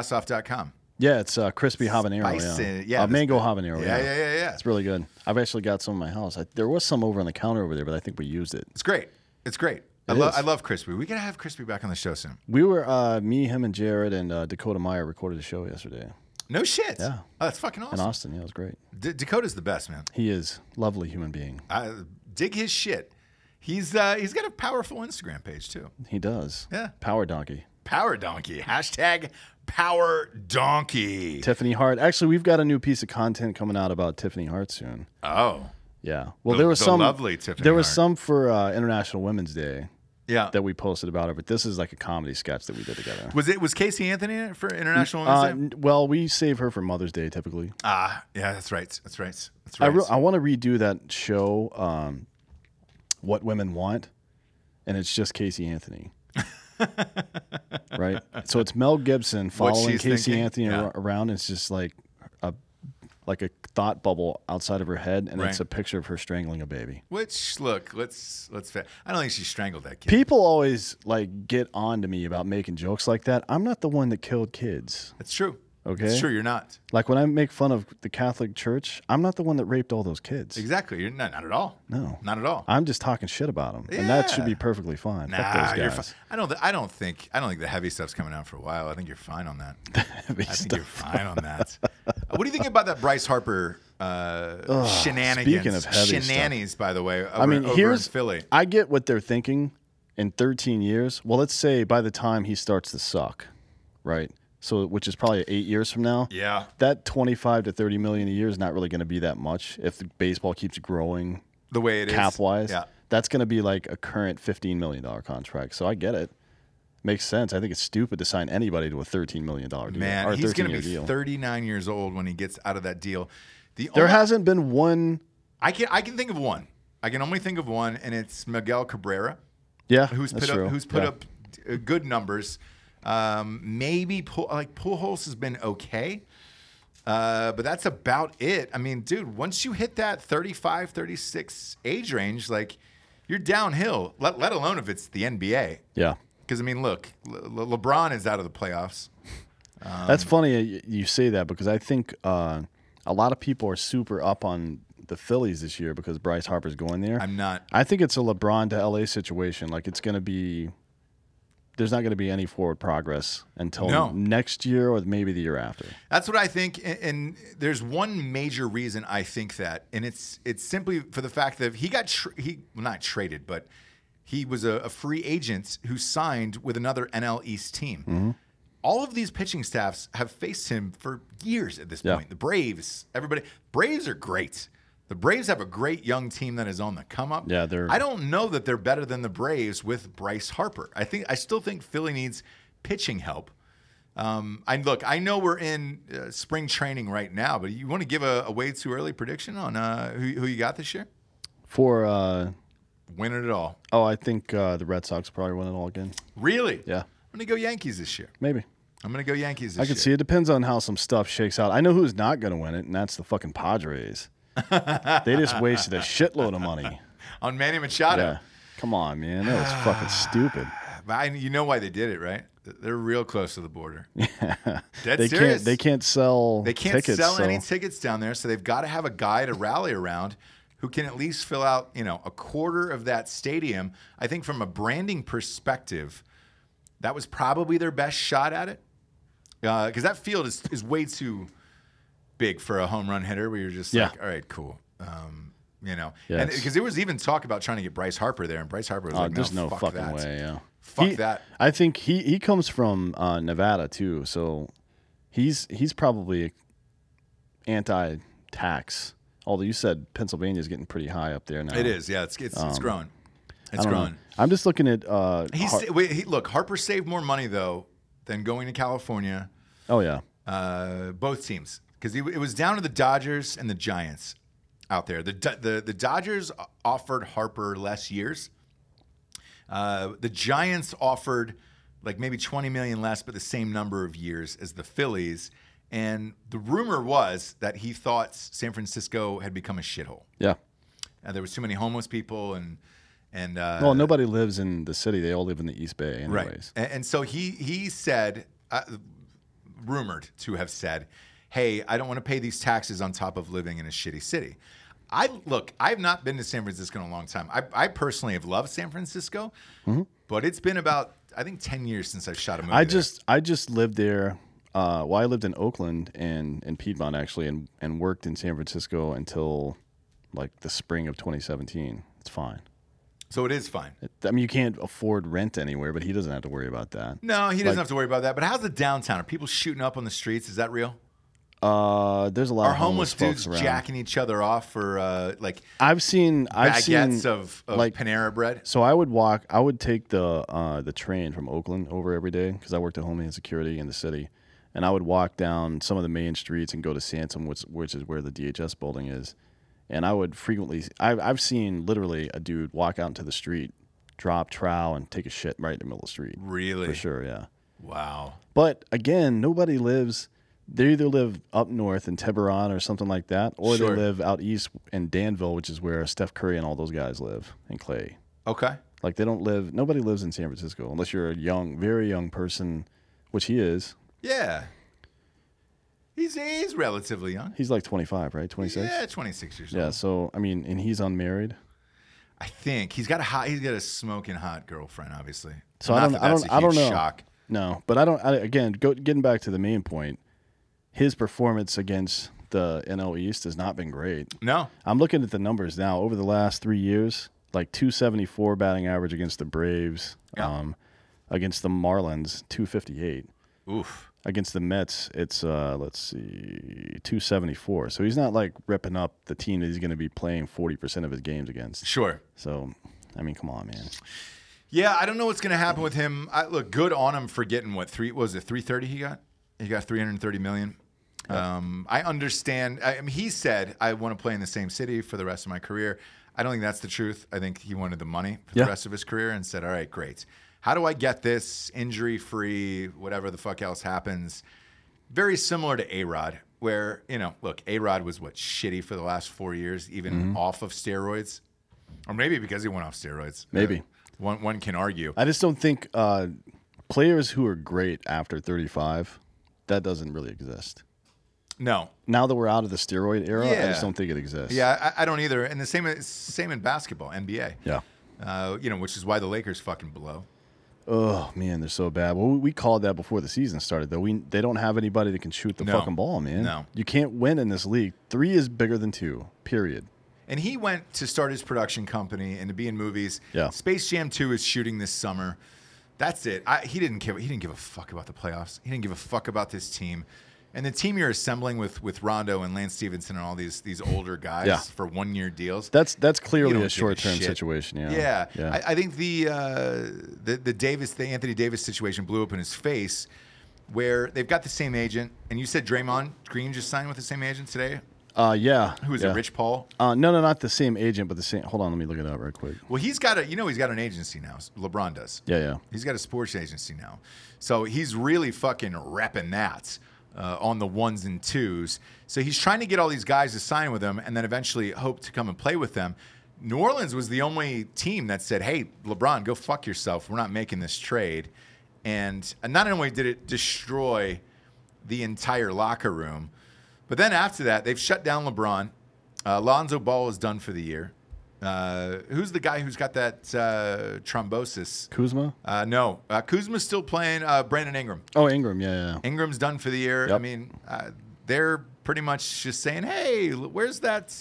Speaker 1: grillyourassoff.com.
Speaker 2: Yeah, it's uh, crispy habanero.
Speaker 1: Spice
Speaker 2: yeah,
Speaker 1: in it, yeah,
Speaker 2: Uh,
Speaker 1: that's
Speaker 2: mango habanero.
Speaker 1: Yeah, yeah, yeah, yeah.
Speaker 2: It's really good. I've actually got some in my house. I, there was some over on the counter over there, but I think we used it.
Speaker 1: It's great. It's great. I
Speaker 2: It
Speaker 1: love
Speaker 2: is.
Speaker 1: I love crispy. We gotta have crispy back on the show soon.
Speaker 2: We were uh, me, him, and Jared and uh, Dakota Meyer recorded a show yesterday
Speaker 1: No shit.
Speaker 2: Yeah.
Speaker 1: Oh, that's fucking awesome.
Speaker 2: in Austin. Yeah, it was great.
Speaker 1: D- Dakota's the best man.
Speaker 2: He is lovely human being.
Speaker 1: I dig his shit. He's uh, he's got a powerful Instagram page too.
Speaker 2: He does.
Speaker 1: Yeah.
Speaker 2: Power donkey.
Speaker 1: Power Donkey. Hashtag Power Donkey.
Speaker 2: Tiffany Hart. Actually, we've got a new piece of content coming out about Tiffany Hart soon.
Speaker 1: Oh,
Speaker 2: Yeah. Well,
Speaker 1: The-
Speaker 2: there was
Speaker 1: the
Speaker 2: some
Speaker 1: lovely Tiffany
Speaker 2: There was
Speaker 1: Hart.
Speaker 2: some for uh, International Women's Day
Speaker 1: yeah.
Speaker 2: that we posted about her, but this is like a comedy sketch that we did together.
Speaker 1: was it was Casey Anthony in it for International
Speaker 2: Uh,
Speaker 1: Women's Day?
Speaker 2: n- well, we save her for Mother's Day typically.
Speaker 1: Ah, yeah, that's right. That's right. That's
Speaker 2: I
Speaker 1: right.
Speaker 2: re- I want to redo that show, um, What Women Want, and it's just Casey Anthony. right? So it's Mel Gibson following
Speaker 1: she's
Speaker 2: Casey
Speaker 1: thinking,
Speaker 2: Anthony
Speaker 1: yeah.
Speaker 2: ar- around. And it's just like a like a thought bubble outside of her head, and
Speaker 1: Right.
Speaker 2: it's a picture of her strangling a baby.
Speaker 1: Which look, let's let's. fa- I don't think she strangled that kid.
Speaker 2: People always like get on to me about making jokes like that. I'm not the one that killed kids.
Speaker 1: That's true.
Speaker 2: Okay.
Speaker 1: It's true. You're not
Speaker 2: Like when I make fun of the Catholic Church, I'm not the one that raped all those kids.
Speaker 1: exactly. You're not not at all.
Speaker 2: No. Ah,
Speaker 1: not at all.
Speaker 2: I'm just talking shit about them, and that should
Speaker 1: Yeah.
Speaker 2: be perfectly fine. Fuck
Speaker 1: Nah,
Speaker 2: those
Speaker 1: you're
Speaker 2: guys.
Speaker 1: fine. I don't. Th- I don't think. I don't think the heavy stuff's coming out for a while. I think you're fine on that.
Speaker 2: Heavy
Speaker 1: I think
Speaker 2: stuff.
Speaker 1: you're fine on that. Uh, what do you think about that Bryce Harper uh, shenanigans?
Speaker 2: speaking of heavy stuff.
Speaker 1: Shenanigans, by the way. Over,
Speaker 2: I mean,
Speaker 1: over
Speaker 2: here's
Speaker 1: in Philly.
Speaker 2: I get what they're thinking. In 13 years, well, let's say by the time he starts to suck, right? So, which is probably eight years from now.
Speaker 1: Yeah,
Speaker 2: That 25 to 30 million a year is not really going to be that much if the baseball keeps growing
Speaker 1: the way it is.
Speaker 2: cap wise.
Speaker 1: Yeah.
Speaker 2: That's going to be like a current 15 million dollar contract. So I get it. Makes sense. I think it's stupid to sign anybody to a 13 million dollar deal
Speaker 1: Man,
Speaker 2: or a
Speaker 1: he's
Speaker 2: 13
Speaker 1: going to
Speaker 2: year
Speaker 1: be
Speaker 2: deal.
Speaker 1: 39 years old when he gets out of that deal. The
Speaker 2: there
Speaker 1: only,
Speaker 2: hasn't been one.
Speaker 1: I can I can think of one. I can only think of one, and it's Miguel Cabrera,
Speaker 2: Yeah,
Speaker 1: who's
Speaker 2: that's
Speaker 1: put
Speaker 2: true.
Speaker 1: up who's put
Speaker 2: Yeah.
Speaker 1: up uh, good numbers. Um, maybe Pul- like Pujols has been okay, uh, but that's about it. I mean, dude, once you hit that 35, 36 age range, like you're downhill. Let, let alone if it's the NBA.
Speaker 2: Yeah.
Speaker 1: Because I mean, look, Le- Le- LeBron is out of the playoffs.
Speaker 2: That's funny uh, y- you say that because I think uh, a lot of people are super up on the Phillies this year because Bryce Harper's going there.
Speaker 1: I'm not.
Speaker 2: I think it's a LeBron to LA situation. Like it's going to be, there's not going to be any forward progress until
Speaker 1: No.
Speaker 2: next year or maybe the year after.
Speaker 1: That's what I think, and, and there's one major reason I think that, and it's it's simply for the fact that he got tr he well, not traded, but he was a, a free agent who signed with another NL East team.
Speaker 2: Mm-hmm.
Speaker 1: All of these pitching staffs have faced him for years at this
Speaker 2: Yeah.
Speaker 1: point. The Braves, everybody, Braves are great. The Braves have a great young team that is on the come up.
Speaker 2: Yeah, they're-
Speaker 1: I don't know that they're better than the Braves with Bryce Harper. I think I still think Philly needs pitching help. Um, I look. I know we're in uh, spring training right now, but you want to give a, a way too early prediction on uh, who, who you got this year?
Speaker 2: For, uh,
Speaker 1: Winning it all,
Speaker 2: oh, I think uh, the Red Sox probably win it all again.
Speaker 1: really?
Speaker 2: Yeah,
Speaker 1: I'm gonna go Yankees this year.
Speaker 2: maybe.
Speaker 1: I'm gonna go Yankees. This
Speaker 2: I can
Speaker 1: year.
Speaker 2: see it depends on how some stuff shakes out. I know who's not going to win it, and that's the fucking Padres. they just wasted a shitload of money.
Speaker 1: on Manny Machado.
Speaker 2: Yeah. Come on, man. That was fucking stupid.
Speaker 1: But I, you know why they did it, right? They're real close to the border. Dead
Speaker 2: They
Speaker 1: serious.
Speaker 2: can't they can't sell
Speaker 1: They can't
Speaker 2: tickets.
Speaker 1: sell
Speaker 2: so-
Speaker 1: any tickets down there, so they've got to have a guy to rally around who can at least fill out, you know, a quarter of that stadium. I think from a branding perspective, that was probably their best shot at it. Because that field is, is way too big for a home run hitter where you're just
Speaker 2: Yeah.
Speaker 1: like, all right, cool. Um, you know,
Speaker 2: Yes.
Speaker 1: because there was even talk about trying to get Bryce Harper there, and Bryce Harper was
Speaker 2: Oh,
Speaker 1: like,
Speaker 2: there's
Speaker 1: no,
Speaker 2: no
Speaker 1: fuck
Speaker 2: fucking
Speaker 1: that.
Speaker 2: way, yeah.
Speaker 1: Fuck
Speaker 2: He-
Speaker 1: that.
Speaker 2: I think he, he comes from uh, Nevada too, so he's he's probably anti tax. Although you said Pennsylvania's getting pretty high up there now.
Speaker 1: It is, yeah, it's it's, it's growing,
Speaker 2: Um, I
Speaker 1: it's
Speaker 2: don't know.
Speaker 1: growing.
Speaker 2: I'm just looking at uh
Speaker 1: He's,
Speaker 2: Har-
Speaker 1: wait, he, look, Harper saved more money though than going to California.
Speaker 2: Oh yeah.
Speaker 1: Uh, both teams, because it was down to the Dodgers and the Giants out there. The Do- the the Dodgers offered Harper less years. Uh, the Giants offered like maybe 20 million less, but the same number of years as the Phillies. And the rumor was that he thought San Francisco had become a shithole.
Speaker 2: Yeah.
Speaker 1: Uh, there was too many homeless people and and uh,
Speaker 2: Well, nobody lives in the city. They all live in the East Bay anyways.
Speaker 1: Right. And, and so he he said, uh, rumored to have said, "Hey, I don't want to pay these taxes on top of living in a shitty city." I look. I've not been to San Francisco in a long time. I, I personally have loved San Francisco, but it's been about I think ten years since I've shot a movie.
Speaker 2: Mm-hmm. I
Speaker 1: there.
Speaker 2: just I just lived there. Uh, well, I lived in Oakland and in Piedmont actually, and and worked in San Francisco until like the spring of 2017. It's fine.
Speaker 1: So it is fine.
Speaker 2: I mean, you can't afford rent anywhere, but he doesn't have to worry about that.
Speaker 1: No, he doesn't have to worry about that. But how's the downtown? Are people shooting up on the streets? Is that real?
Speaker 2: Uh, there's a lot
Speaker 1: Are
Speaker 2: of
Speaker 1: homeless,
Speaker 2: homeless,
Speaker 1: dudes
Speaker 2: folks around.
Speaker 1: jacking each other off for uh, like
Speaker 2: I've seen, I've seen,
Speaker 1: baguettes of, of
Speaker 2: like-
Speaker 1: Panera bread?
Speaker 2: So I would walk. I would take the uh, the train from Oakland over every day because I worked at Homeland Security in the city, and I would walk down some of the main streets and go to Sansom, which which is where the DHS building is. And I would frequently. I've I've seen literally a dude walk out into the street, drop trowel, and take a shit right in the middle of the street.
Speaker 1: Really?
Speaker 2: For sure, yeah.
Speaker 1: Wow.
Speaker 2: But again, nobody lives. They either live up north in Tiburon or something like that, or
Speaker 1: Sure.
Speaker 2: they live out east in Danville, which is where Steph Curry and all those guys live, and Clay.
Speaker 1: Okay.
Speaker 2: Like they don't live. Nobody lives in San Francisco unless you're a young, very young person, which he is.
Speaker 1: Yeah. He's he's relatively young.
Speaker 2: He's like 25, right? 26.
Speaker 1: Yeah, 26 years old.
Speaker 2: Yeah. So I mean, and he's unmarried.
Speaker 1: I think he's got a hot. He's got a smoking hot girlfriend, obviously.
Speaker 2: So
Speaker 1: Not
Speaker 2: I don't.
Speaker 1: that
Speaker 2: I
Speaker 1: that's
Speaker 2: don't.
Speaker 1: a
Speaker 2: I don't
Speaker 1: huge
Speaker 2: know.
Speaker 1: Shock.
Speaker 2: No, but I don't. I, again, go, getting back to the main point, his performance against the NL East has not been great.
Speaker 1: No.
Speaker 2: I'm looking at the numbers now. Over the last three years, like 274 batting average against the Braves,
Speaker 1: Yeah.
Speaker 2: um, against the Marlins, 258.
Speaker 1: Oof.
Speaker 2: against the Mets, it's uh, let's see, two seventy four. So he's not like ripping up the team that he's going to be playing forty percent of his games against.
Speaker 1: Sure.
Speaker 2: So, I mean, come on, man.
Speaker 1: Yeah, I don't know what's going to happen with him. I, look, good on him for getting what three what was it three thirty he got? He got three hundred thirty million. Um, I understand. I, I mean, he said I want to play in the same city for the rest of my career. I don't think that's the truth. I think he wanted the money for
Speaker 2: Yeah.
Speaker 1: the rest of his career and said, "All right, great. How do I get this injury free? Whatever the fuck else happens." very similar to A Rod, where, you know, look, A Rod was what shitty for the last four years, even
Speaker 2: Mm-hmm.
Speaker 1: off of steroids. Or maybe because he went off steroids.
Speaker 2: Maybe.
Speaker 1: Uh, one one can argue.
Speaker 2: I just don't think uh, players who are great after thirty five, that doesn't really exist.
Speaker 1: No.
Speaker 2: Now that we're out of the steroid era, I
Speaker 1: Yeah.
Speaker 2: just don't think it exists.
Speaker 1: Yeah, I, I don't either. And the same same in basketball, NBA.
Speaker 2: Yeah.
Speaker 1: Uh, you know, which is why the Lakers fucking blow.
Speaker 2: Oh man, they're so bad. Well, we- we called that before the season started. Though we they don't have anybody that can shoot the
Speaker 1: No.
Speaker 2: fucking ball, man.
Speaker 1: No.
Speaker 2: You can't win in this league. Three is bigger than two. Period.
Speaker 1: And he went to start his production company and to be in movies.
Speaker 2: Yeah.
Speaker 1: Space Jam 2 is shooting this summer. That's it. I, he didn't care. He didn't give a fuck about the playoffs. He didn't give a fuck about this team. And the team you're assembling with with Rondo and Lance Stevenson and all these these older guys
Speaker 2: Yeah.
Speaker 1: for one year deals.
Speaker 2: That's that's
Speaker 1: You don't
Speaker 2: clearly
Speaker 1: give
Speaker 2: a
Speaker 1: a
Speaker 2: short term
Speaker 1: shit.
Speaker 2: situation. Yeah.
Speaker 1: yeah.
Speaker 2: Yeah.
Speaker 1: I, I think the uh, the the Davis the Anthony Davis situation blew up in his face, where they've got the same agent. And you said Draymond Green just signed with the same agent today,
Speaker 2: uh, yeah.
Speaker 1: who is
Speaker 2: yeah.
Speaker 1: it? Rich Paul.
Speaker 2: Uh, no, no, not the same agent, but the same. Hold on, let me look it up real quick.
Speaker 1: Well, he's got a you know he's got an agency now. LeBron does.
Speaker 2: Yeah, yeah.
Speaker 1: He's got a sports agency now. So he's really fucking repping that uh, on the ones and twos. So he's trying to get all these guys to sign with him and then eventually hope to come and play with them. New Orleans was the only team that said, hey, LeBron, go fuck yourself. We're not making this trade. And and not only did it destroy the entire locker room, but then after that, they've shut down LeBron. Uh, Lonzo Ball is done for the year. Uh, who's the guy who's got that uh, thrombosis
Speaker 2: Kuzma.
Speaker 1: uh, no, uh, Kuzma's still playing. Uh, Brandon Ingram.
Speaker 2: Oh, Ingram. Yeah, yeah. yeah.
Speaker 1: Ingram's done for the year. I
Speaker 2: Yep.
Speaker 1: mean, uh, they're pretty much just saying, "Hey, l- where's that?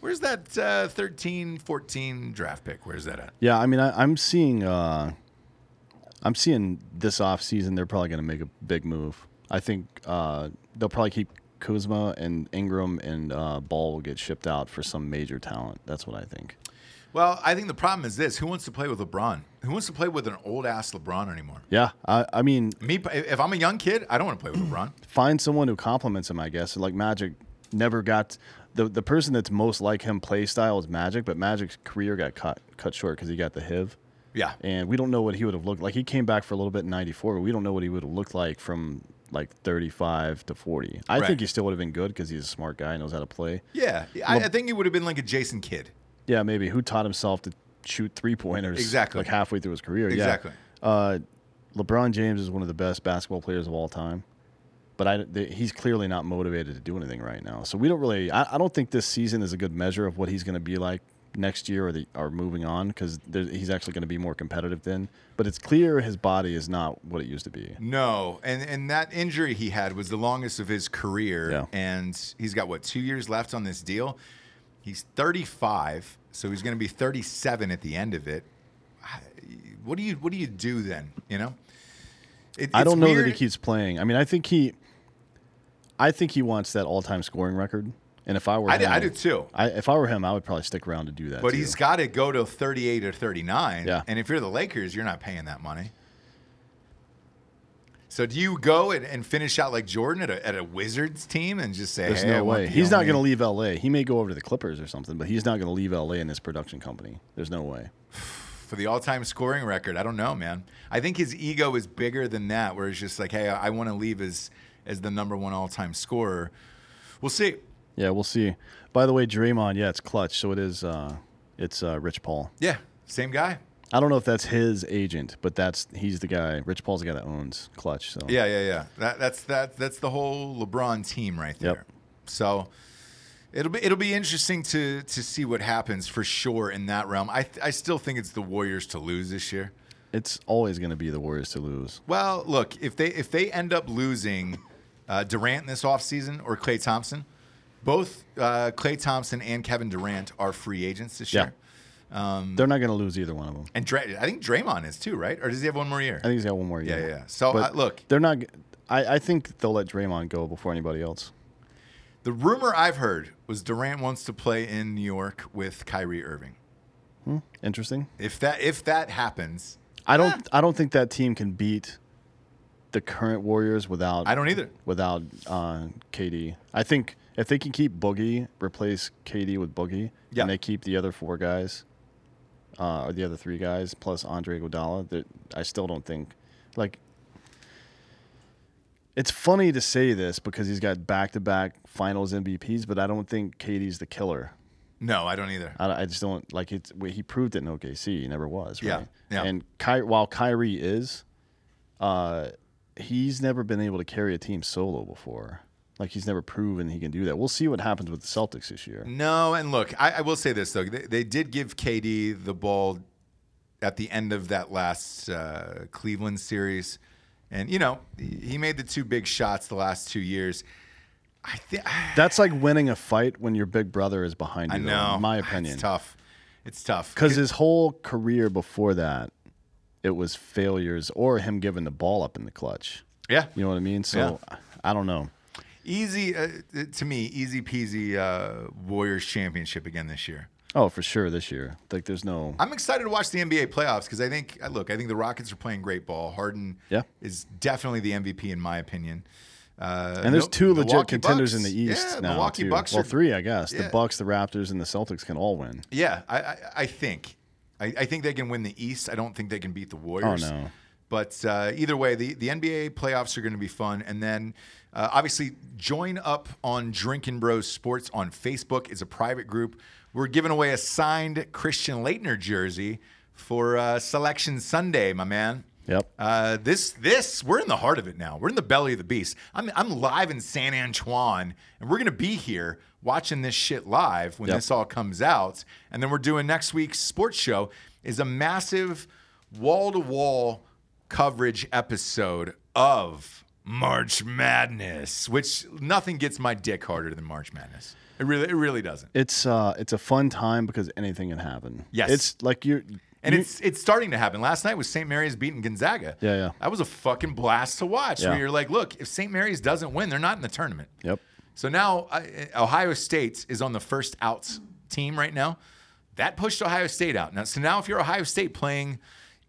Speaker 1: Where's that uh, 13, 14 draft pick? Where's that at?"
Speaker 2: Yeah, I mean, I, I'm seeing. Uh, I'm seeing this off season. They're probably going to make a big move. I think uh, they'll probably keep Kuzma and Ingram and uh, Ball will get shipped out for some major talent. That's what I think.
Speaker 1: Well, I think the problem is this: Who wants to play with LeBron? Who wants to play with an old ass LeBron anymore?
Speaker 2: Yeah, I, I mean,
Speaker 1: Me, if I'm a young kid, I don't want to play with LeBron.
Speaker 2: find someone who compliments him, I guess. Like Magic never got the the person that's most like him play style is Magic, but Magic's career got cut cut short because he got the HIV,
Speaker 1: Yeah,
Speaker 2: and we don't know what he would have looked like. He came back for a little bit in '94, but we don't know what he would have looked like from like 35 to 40. I
Speaker 1: Right.
Speaker 2: think he still would have been good because he's a smart guy, knows how to play.
Speaker 1: yeah. I, I think he would have been like a Jason Kidd.
Speaker 2: Yeah, maybe who taught himself to shoot three pointers
Speaker 1: Exactly.
Speaker 2: like halfway through his career. Yeah.
Speaker 1: Exactly.
Speaker 2: Uh, LeBron James is one of the best basketball players of all time, but I, th- he's clearly not motivated to do anything right now. So we don't really. I, I don't think this season is a good measure of what he's going to be like next year or the or moving on because he's actually going to be more competitive then. But it's clear his body is not what it used to be.
Speaker 1: No, and and that injury he had was the longest of his career,
Speaker 2: Yeah.
Speaker 1: and he's got what two years left on this deal. He's 35, so he's going to be 37 at the end of it. I- What do you What do you do then? You know, It-
Speaker 2: I
Speaker 1: it's
Speaker 2: don't know that he
Speaker 1: weird.
Speaker 2: keeps playing. I mean, I think he, I think he wants that all-time scoring record. And if I were,
Speaker 1: I do,
Speaker 2: him,
Speaker 1: I do too.
Speaker 2: I, if I were him, I would probably stick around to do that.
Speaker 1: But
Speaker 2: too.
Speaker 1: he's got to go to 38 or 39.
Speaker 2: Yeah.
Speaker 1: And if you're the Lakers, you're not paying that money. So do you go and, and finish out like Jordan at a, at a Wizards team and just say,
Speaker 2: There's
Speaker 1: "Hey, I
Speaker 2: no
Speaker 1: want
Speaker 2: way.
Speaker 1: the
Speaker 2: He's not
Speaker 1: only-"
Speaker 2: going to leave LA. He may go over to the Clippers or something, but he's not going to leave LA in this production company. There's no way.
Speaker 1: for the all-time scoring record. I don't know, man. I think his ego is bigger than that, where it's just like, hey, I, I want to leave as as the number one all-time scorer. We'll see.
Speaker 2: Yeah, we'll see. By the way, Draymond, yeah, it's clutch. So it is. Uh, it's uh, Rich Paul.
Speaker 1: Yeah, same guy.
Speaker 2: I don't know if that's his agent, but that's he's the guy. Rich Paul's the guy that owns Clutch. So
Speaker 1: Yeah, yeah, yeah. That, that's that. That's the whole LeBron team right there. So it'll be it'll be interesting to to see what happens for sure in that realm. I th- I still think it's the Warriors to lose this year.
Speaker 2: it's always going to be the Warriors to lose.
Speaker 1: Well, look if they if they end up losing uh, Durant this offseason or Clay Thompson, both uh, Clay Thompson and Kevin Durant are free agents this
Speaker 2: Yeah.
Speaker 1: year.
Speaker 2: They're not going to lose either one of them.
Speaker 1: And Dra- I think Draymond is too, right? Or does he have one more year?
Speaker 2: I think he's got one more
Speaker 1: Yeah,
Speaker 2: year.
Speaker 1: yeah. yeah. So
Speaker 2: But-
Speaker 1: uh, look,
Speaker 2: They're not. g- I, I think they'll let Draymond go before anybody else.
Speaker 1: The rumor I've heard was Durant wants to play in New York with Kyrie Irving.
Speaker 2: Interesting.
Speaker 1: If that if that happens,
Speaker 2: I don't. I don't think that team can beat the current Warriors without.
Speaker 1: I don't either.
Speaker 2: without uh, KD. I think if they can keep Boogie, replace KD with Boogie,
Speaker 1: Yeah.
Speaker 2: and they keep the other four guys, uh, or the other three guys plus Andre Iguodala, that I still don't think like. It's funny to say this because he's got back-to-back Finals MVPs, but I don't think KD's the killer.
Speaker 1: No, I don't either.
Speaker 2: I, I just don't like it's well, he proved it in OKC. He never was.
Speaker 1: Yeah,
Speaker 2: Right?
Speaker 1: yeah.
Speaker 2: And Ky- while Kyrie is, uh, he's never been able to carry a team solo before. Like he's never proven he can do that. We'll see what happens with the Celtics this year.
Speaker 1: No, and look, I, I will say this though: they, they did give KD the ball at the end of that last uh, Cleveland series, and you know he he made the two big shots the last two years. I think
Speaker 2: That's like winning a fight when your big brother is behind you.
Speaker 1: I
Speaker 2: though,
Speaker 1: know,
Speaker 2: in my opinion,
Speaker 1: it's tough. It's tough
Speaker 2: because his whole career before that, it was failures or him giving the ball up in the clutch.
Speaker 1: yeah,
Speaker 2: You know what I mean? So I don't know.
Speaker 1: easy uh, to me, easy peasy uh, Warriors championship again this year.
Speaker 2: Oh, for sure this year. Like there's no.
Speaker 1: I'm excited to watch the NBA playoffs because I think, uh, look, I think the Rockets are playing great ball. Harden
Speaker 2: Yeah.
Speaker 1: is definitely the MVP in my opinion. Uh,
Speaker 2: And there's
Speaker 1: Mil-
Speaker 2: two legit
Speaker 1: Milwaukee
Speaker 2: contenders in
Speaker 1: Bucks.
Speaker 2: the East
Speaker 1: yeah,
Speaker 2: now.
Speaker 1: Milwaukee
Speaker 2: too.
Speaker 1: Bucks
Speaker 2: well,
Speaker 1: are-
Speaker 2: three, I guess.
Speaker 1: yeah.
Speaker 2: The Bucks, the Raptors, and the Celtics can all win.
Speaker 1: Yeah, I, I, I think. I, I think they can win the East. I don't think they can beat the Warriors.
Speaker 2: no.
Speaker 1: But uh, either way, the, the NBA playoffs are going to be fun. And then uh, obviously, join up on Drinking Bros Sports on Facebook. It's a private group. We're giving away a signed Christian Leitner jersey for uh, Selection Sunday, my man.
Speaker 2: Yep.
Speaker 1: Uh, this this we're in the heart of it now. We're in the belly of the beast. I'm I'm live in San Antoine, and we're gonna be here watching this shit live when
Speaker 2: Yep.
Speaker 1: this all comes out. And then we're doing next week's sports show is a massive wall to wall coverage episode of March Madness, which nothing gets my dick harder than March Madness. It really it really doesn't.
Speaker 2: It's uh, it's a fun time because anything can happen.
Speaker 1: Yes.
Speaker 2: It's like you're.
Speaker 1: And
Speaker 2: you-
Speaker 1: it's it's starting to happen. Last night was St. Mary's beating Gonzaga.
Speaker 2: Yeah, yeah.
Speaker 1: That was a fucking blast to watch. Where
Speaker 2: Yeah.
Speaker 1: you're like, look, if St. Mary's doesn't win, they're not in the tournament.
Speaker 2: Yep.
Speaker 1: So now uh, Ohio State is on the first outs team right now. That pushed Ohio State out. Now, so now if you're Ohio State playing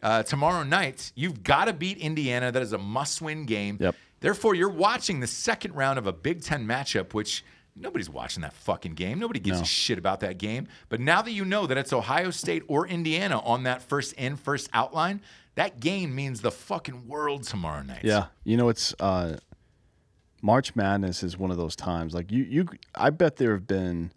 Speaker 1: uh, tomorrow night, you've got to beat Indiana. That is a must-win game.
Speaker 2: Yep.
Speaker 1: Therefore, you're watching the second round of a Big Ten matchup, which nobody's watching that fucking game. Nobody gives a shit about that game. But now that you know that it's Ohio State or Indiana on that first in, first outline, that game means the fucking world tomorrow night.
Speaker 2: Yeah. You know, it's uh, March Madness is one of those times. Like you, you, I bet there have been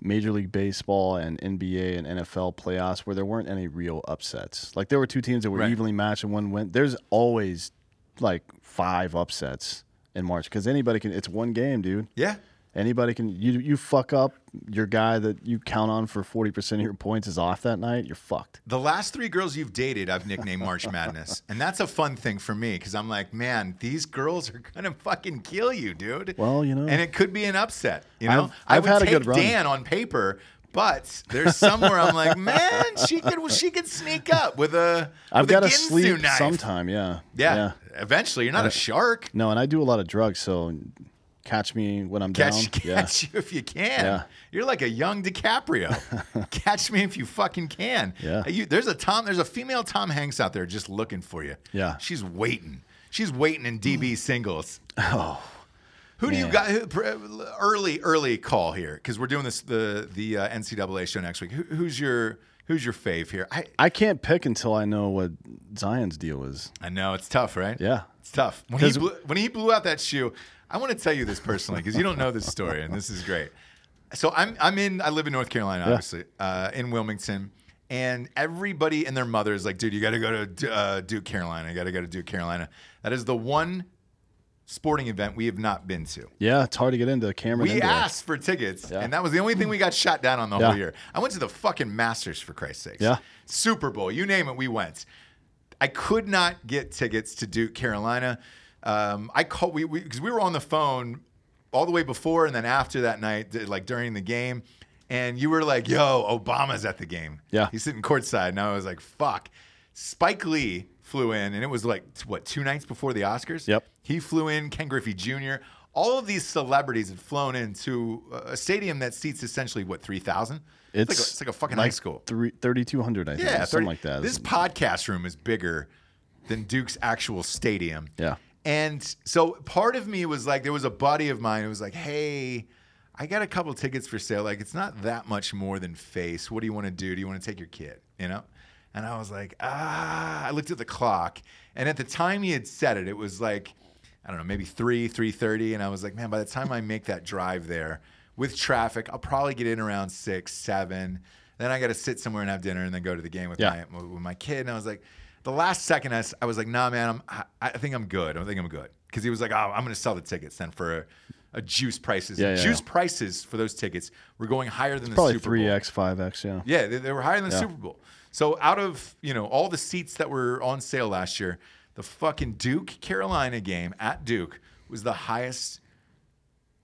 Speaker 2: Major League Baseball and NBA and NFL playoffs where there weren't any real upsets. Like there were two teams that were
Speaker 1: Right.
Speaker 2: evenly matched and one went. There's always like five upsets in March because anybody can. It's one game, dude.
Speaker 1: Yeah.
Speaker 2: Anybody can you you fuck up your guy that you count on for forty percent of your points is off that night. You're fucked.
Speaker 1: The last three girls you've dated, I've nicknamed March Madness, and that's a fun thing for me because I'm like, man, these girls are gonna fucking kill you, dude.
Speaker 2: Well, you know.
Speaker 1: and it could be an upset. You know,
Speaker 2: I've-
Speaker 1: I
Speaker 2: I've
Speaker 1: would
Speaker 2: had a
Speaker 1: take
Speaker 2: good run.
Speaker 1: Dan on paper, but there's somewhere I'm like, man, she could she could sneak up with a.
Speaker 2: I've
Speaker 1: with
Speaker 2: got
Speaker 1: a
Speaker 2: to
Speaker 1: Ginsu
Speaker 2: sleep
Speaker 1: knife.
Speaker 2: sometime. Yeah.
Speaker 1: Yeah, eventually you're not a shark.
Speaker 2: No, and I do a lot of drugs, so catch me when I'm down.
Speaker 1: Catch,
Speaker 2: yeah.
Speaker 1: catch you if you can.
Speaker 2: Yeah.
Speaker 1: You're like a young DiCaprio. catch me if you fucking can.
Speaker 2: Yeah.
Speaker 1: You- there's a Tom. There's a female Tom Hanks out there just looking for you.
Speaker 2: Yeah. Mm.
Speaker 1: She's waiting. She's waiting in DB singles. Oh. Who do you
Speaker 2: man.
Speaker 1: got? Who, pr- early, early call here because we're doing this the the uh, NCAA show next week. Who, who's your Who's your fave here? I
Speaker 2: I can't pick until I know what Zion's deal is.
Speaker 1: I know it's tough, right?
Speaker 2: Yeah.
Speaker 1: It's tough. When he,
Speaker 2: 'Cause-
Speaker 1: blew, when he blew out that shoe, I want to tell you this personally because you don't know this story, and this is great. So I'm I'm in I live in North Carolina, obviously, uh, in Wilmington, and everybody and their mother is like, dude, you got to go to uh, Duke Carolina. You got to go to Duke Carolina. That is the one sporting event we have not been to.
Speaker 2: Yeah, it's hard to get into Cameron.
Speaker 1: We
Speaker 2: Indoor.
Speaker 1: asked for tickets, and that was the only thing we got shot down on the
Speaker 2: Yeah.
Speaker 1: whole year. I went to the fucking Masters for Christ's sakes.
Speaker 2: Yeah.
Speaker 1: Super Bowl, you name it, we went. I could not get tickets to Duke Carolina. Um, I called we because we, were on the phone all the way before and then after that night, d- like during the game, and you were like, "Yo, Obama's at the game."
Speaker 2: Yeah.
Speaker 1: he's sitting courtside, and I was like, "Fuck." Spike Lee flew in, and it was like t- what two nights before the Oscars.
Speaker 2: Yep.
Speaker 1: He flew in, Ken Griffey Jr. All of these celebrities had flown into a stadium that seats essentially what three thousand.
Speaker 2: It's
Speaker 1: like a, it's like a fucking high school.
Speaker 2: Three- 3,200, I think.
Speaker 1: Yeah,
Speaker 2: Yeah,
Speaker 1: 30
Speaker 2: something like that.
Speaker 1: This podcast room is bigger than Duke's actual stadium.
Speaker 2: Yeah.
Speaker 1: And so part of me was like, there was a buddy of mine who was like, hey, I got a couple tickets for sale. Like, it's not that much more than face. What do you want to do? Do you want to take your kid? You know? And I was like, ah, I looked at the clock. And at the time he had said it, it was like, I don't know, maybe three, three thirty, and I was like, man, by the time I make that drive there with traffic, I'll probably get in around six, seven. Then I got to sit somewhere and have dinner, and then go to the game with
Speaker 2: Yeah.
Speaker 1: my with my kid. And I was like, the last second, I, s- I was like, nah, man, I'm, I, I think I'm good. I think I'm good because he was like, oh, I'm gonna sell the tickets then for a, a juice prices.
Speaker 2: Yeah, yeah,
Speaker 1: juice
Speaker 2: yeah.
Speaker 1: prices for those tickets were going higher than the
Speaker 2: Probably
Speaker 1: Super Bowl.
Speaker 2: 3X, 5X, yeah.
Speaker 1: Yeah, they, they were higher than the Super Bowl. So out of you know all the seats that were on sale last year, the fucking Duke Carolina game at Duke was the highest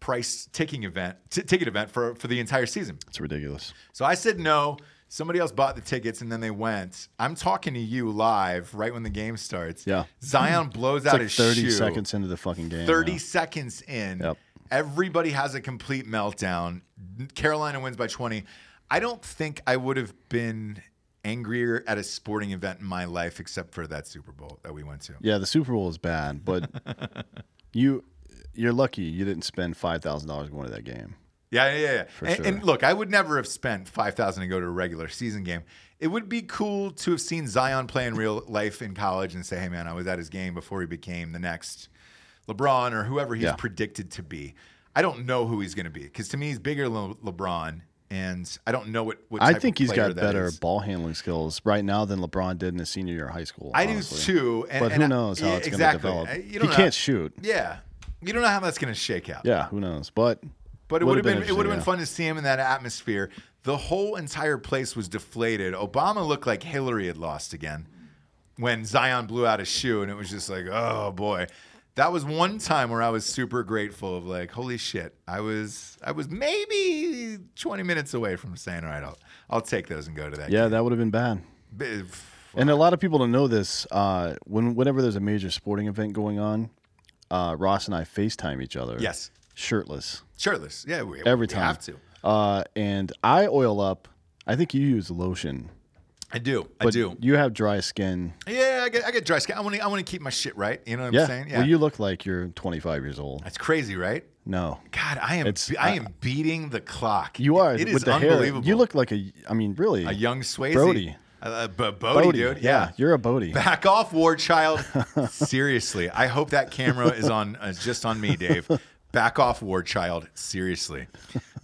Speaker 1: price ticking event t- ticket event for for the entire season.
Speaker 2: It's ridiculous.
Speaker 1: So I said no. Somebody else bought the tickets and then they went. I'm talking to you live right when the game starts.
Speaker 2: Yeah. Hmm.
Speaker 1: Zion blows
Speaker 2: It's
Speaker 1: out
Speaker 2: like
Speaker 1: his
Speaker 2: 30
Speaker 1: shoe.
Speaker 2: seconds into the fucking game.
Speaker 1: 30
Speaker 2: yeah.
Speaker 1: seconds in,
Speaker 2: Yep.
Speaker 1: everybody has a complete meltdown. Carolina wins by 20. I don't think I would have been angrier at a sporting event in my life except for that Super Bowl that we went to.
Speaker 2: Yeah, the Super Bowl is bad, but you you're lucky you didn't spend five thousand dollars going to that game.
Speaker 1: Yeah, yeah, yeah. and,
Speaker 2: sure.
Speaker 1: and look, I would never have spent 5000 to go to a regular season game. It would be cool to have seen Zion play in real life in college and say, hey, man, I was at his game before he became the next LeBron or whoever he's
Speaker 2: Yeah.
Speaker 1: predicted to be. I don't know who he's going to be because to me, he's bigger than Le- LeBron, and I don't know what, what
Speaker 2: I
Speaker 1: type
Speaker 2: think
Speaker 1: of
Speaker 2: he's
Speaker 1: player
Speaker 2: got
Speaker 1: that
Speaker 2: better
Speaker 1: is.
Speaker 2: ball handling skills right now than LeBron did in his senior year of high school.
Speaker 1: I do
Speaker 2: honestly.
Speaker 1: too. And,
Speaker 2: but
Speaker 1: and
Speaker 2: who
Speaker 1: I-
Speaker 2: knows how
Speaker 1: yeah,
Speaker 2: it's
Speaker 1: exactly.
Speaker 2: going to
Speaker 1: I-
Speaker 2: develop?
Speaker 1: You don't
Speaker 2: he
Speaker 1: know.
Speaker 2: can't shoot.
Speaker 1: Yeah. You don't know how that's going to shake out.
Speaker 2: Yeah, who knows? But
Speaker 1: But it would have been, it
Speaker 2: interesting,
Speaker 1: would have been
Speaker 2: yeah.
Speaker 1: fun to see him in that atmosphere. The whole entire place was deflated. Obama looked like Hillary had lost again when Zion blew out his shoe, and it was just like, oh boy. That was one time where I was super grateful of like, holy shit, I was I was maybe 20 minutes away from saying, all right, I'll I'll take those and go to that.
Speaker 2: Yeah, that would have been bad.
Speaker 1: game."
Speaker 2: And a lot of people don't know this. Uh, when whenever there's a major sporting event going on, uh, Ross and I FaceTime each other.
Speaker 1: Yes,
Speaker 2: shirtless.
Speaker 1: shirtless. Yeah, we,
Speaker 2: Every
Speaker 1: we
Speaker 2: time.
Speaker 1: have to.
Speaker 2: Uh, and I oil up. I think you use lotion.
Speaker 1: I do. I
Speaker 2: But
Speaker 1: do.
Speaker 2: You have dry skin.
Speaker 1: Yeah, I get I get dry skin. I want to I want to keep my shit right. You know what I'm
Speaker 2: Yeah.
Speaker 1: saying?
Speaker 2: Well, you look like you're 25 years old.
Speaker 1: That's crazy, right?
Speaker 2: No.
Speaker 1: God, I am
Speaker 2: It's-
Speaker 1: be- I am beating the clock.
Speaker 2: You are
Speaker 1: It is
Speaker 2: with the
Speaker 1: unbelievable.
Speaker 2: hair. You look like a. I mean, really.
Speaker 1: a young Swayze.
Speaker 2: Brody.
Speaker 1: Uh, b- Bodie,
Speaker 2: Bodie.
Speaker 1: dude. Yeah.
Speaker 2: You're a Bodie.
Speaker 1: Back off, war child. Seriously, I hope that camera is on is just on me, Dave. Back off, war child. Seriously,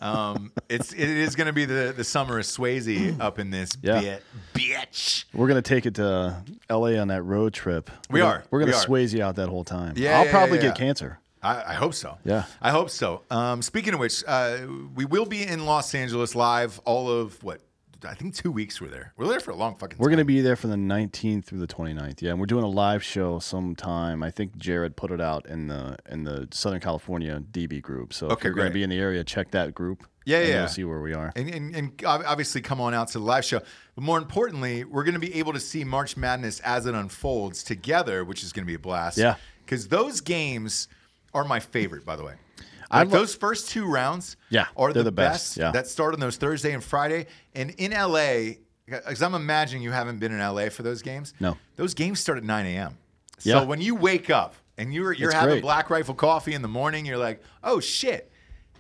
Speaker 1: um, it's it is going to be the the summer of Swayze up in this
Speaker 2: Yeah.
Speaker 1: bit, bitch.
Speaker 2: We're gonna take it to L.A. on that road trip.
Speaker 1: We
Speaker 2: We're
Speaker 1: are.
Speaker 2: Gonna, we're gonna
Speaker 1: We are.
Speaker 2: Swayze out that whole time.
Speaker 1: Yeah,
Speaker 2: I'll
Speaker 1: yeah,
Speaker 2: probably
Speaker 1: yeah,
Speaker 2: get
Speaker 1: yeah.
Speaker 2: cancer.
Speaker 1: I, I hope so.
Speaker 2: Yeah.
Speaker 1: I hope so. Um, speaking of which, uh, we will be in Los Angeles live all of what? I think two weeks we're there. We're there for a long fucking
Speaker 2: We're
Speaker 1: time.
Speaker 2: going to be there from the 19th through the 29th. Yeah, and we're doing a live show sometime. I think Jared put it out in the in the Southern California DB group. So if
Speaker 1: Okay,
Speaker 2: you're going
Speaker 1: great.
Speaker 2: to be in the area, check that group.
Speaker 1: Yeah,
Speaker 2: and
Speaker 1: yeah.
Speaker 2: You'll see where we are.
Speaker 1: and, and, and ob- obviously come on out to the live show. But more importantly, we're going to be able to see March Madness as it unfolds together, which is going to be a blast.
Speaker 2: Yeah.
Speaker 1: Because those games are my favorite, by the way.
Speaker 2: I
Speaker 1: Like
Speaker 2: lo-
Speaker 1: those first two rounds
Speaker 2: Yeah,
Speaker 1: are
Speaker 2: they're
Speaker 1: the,
Speaker 2: the
Speaker 1: best,
Speaker 2: best, yeah.
Speaker 1: that start on those Thursday and Friday. And in LA, because I'm imagining you haven't been in LA for those games.
Speaker 2: No.
Speaker 1: Those games start at 9 a.m.
Speaker 2: Yeah.
Speaker 1: So when you wake up and you're, you're
Speaker 2: It's
Speaker 1: having
Speaker 2: great.
Speaker 1: Black Rifle coffee in the morning, you're like, oh shit,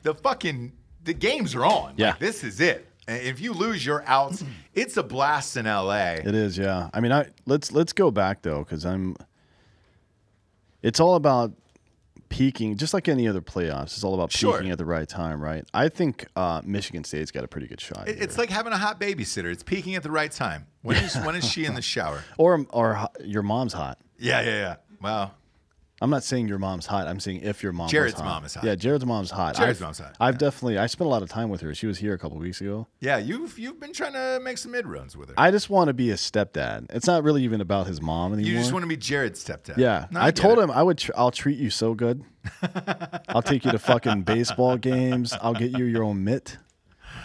Speaker 1: the fucking the games are on.
Speaker 2: Yeah.
Speaker 1: Like, this is it. And if you lose your outs, it's a blast in LA.
Speaker 2: Mm. It is, yeah. I mean, I let's let's go back though, because I'm. It's all about peaking, just like any other playoffs. It's all about
Speaker 1: Sure.
Speaker 2: peaking at the right time, right? I think uh, Michigan State's got a pretty good shot,
Speaker 1: It-
Speaker 2: here.
Speaker 1: It's like having a hot babysitter. It's peaking at the right time. When is when is she in the shower?
Speaker 2: or or ho- your mom's hot.
Speaker 1: Yeah, yeah, yeah. Wow.
Speaker 2: I'm not saying your mom's hot. I'm saying if your mom. was
Speaker 1: Jared's
Speaker 2: hot.
Speaker 1: mom is hot.
Speaker 2: Yeah, Jared's mom's hot.
Speaker 1: Jared's
Speaker 2: I've-
Speaker 1: mom's hot,
Speaker 2: I've definitely. I spent a lot of time with her. She was here a couple weeks ago.
Speaker 1: Yeah, you've you've been trying to make some mid runs with her.
Speaker 2: I just want to be a stepdad. It's not really even about his mom anymore.
Speaker 1: you just want to be Jared's stepdad.
Speaker 2: Yeah,
Speaker 1: No,
Speaker 2: I,
Speaker 1: get
Speaker 2: told
Speaker 1: it.
Speaker 2: him I would. Tr- I'll treat you so good. I'll take you to fucking baseball games. I'll get you your own mitt.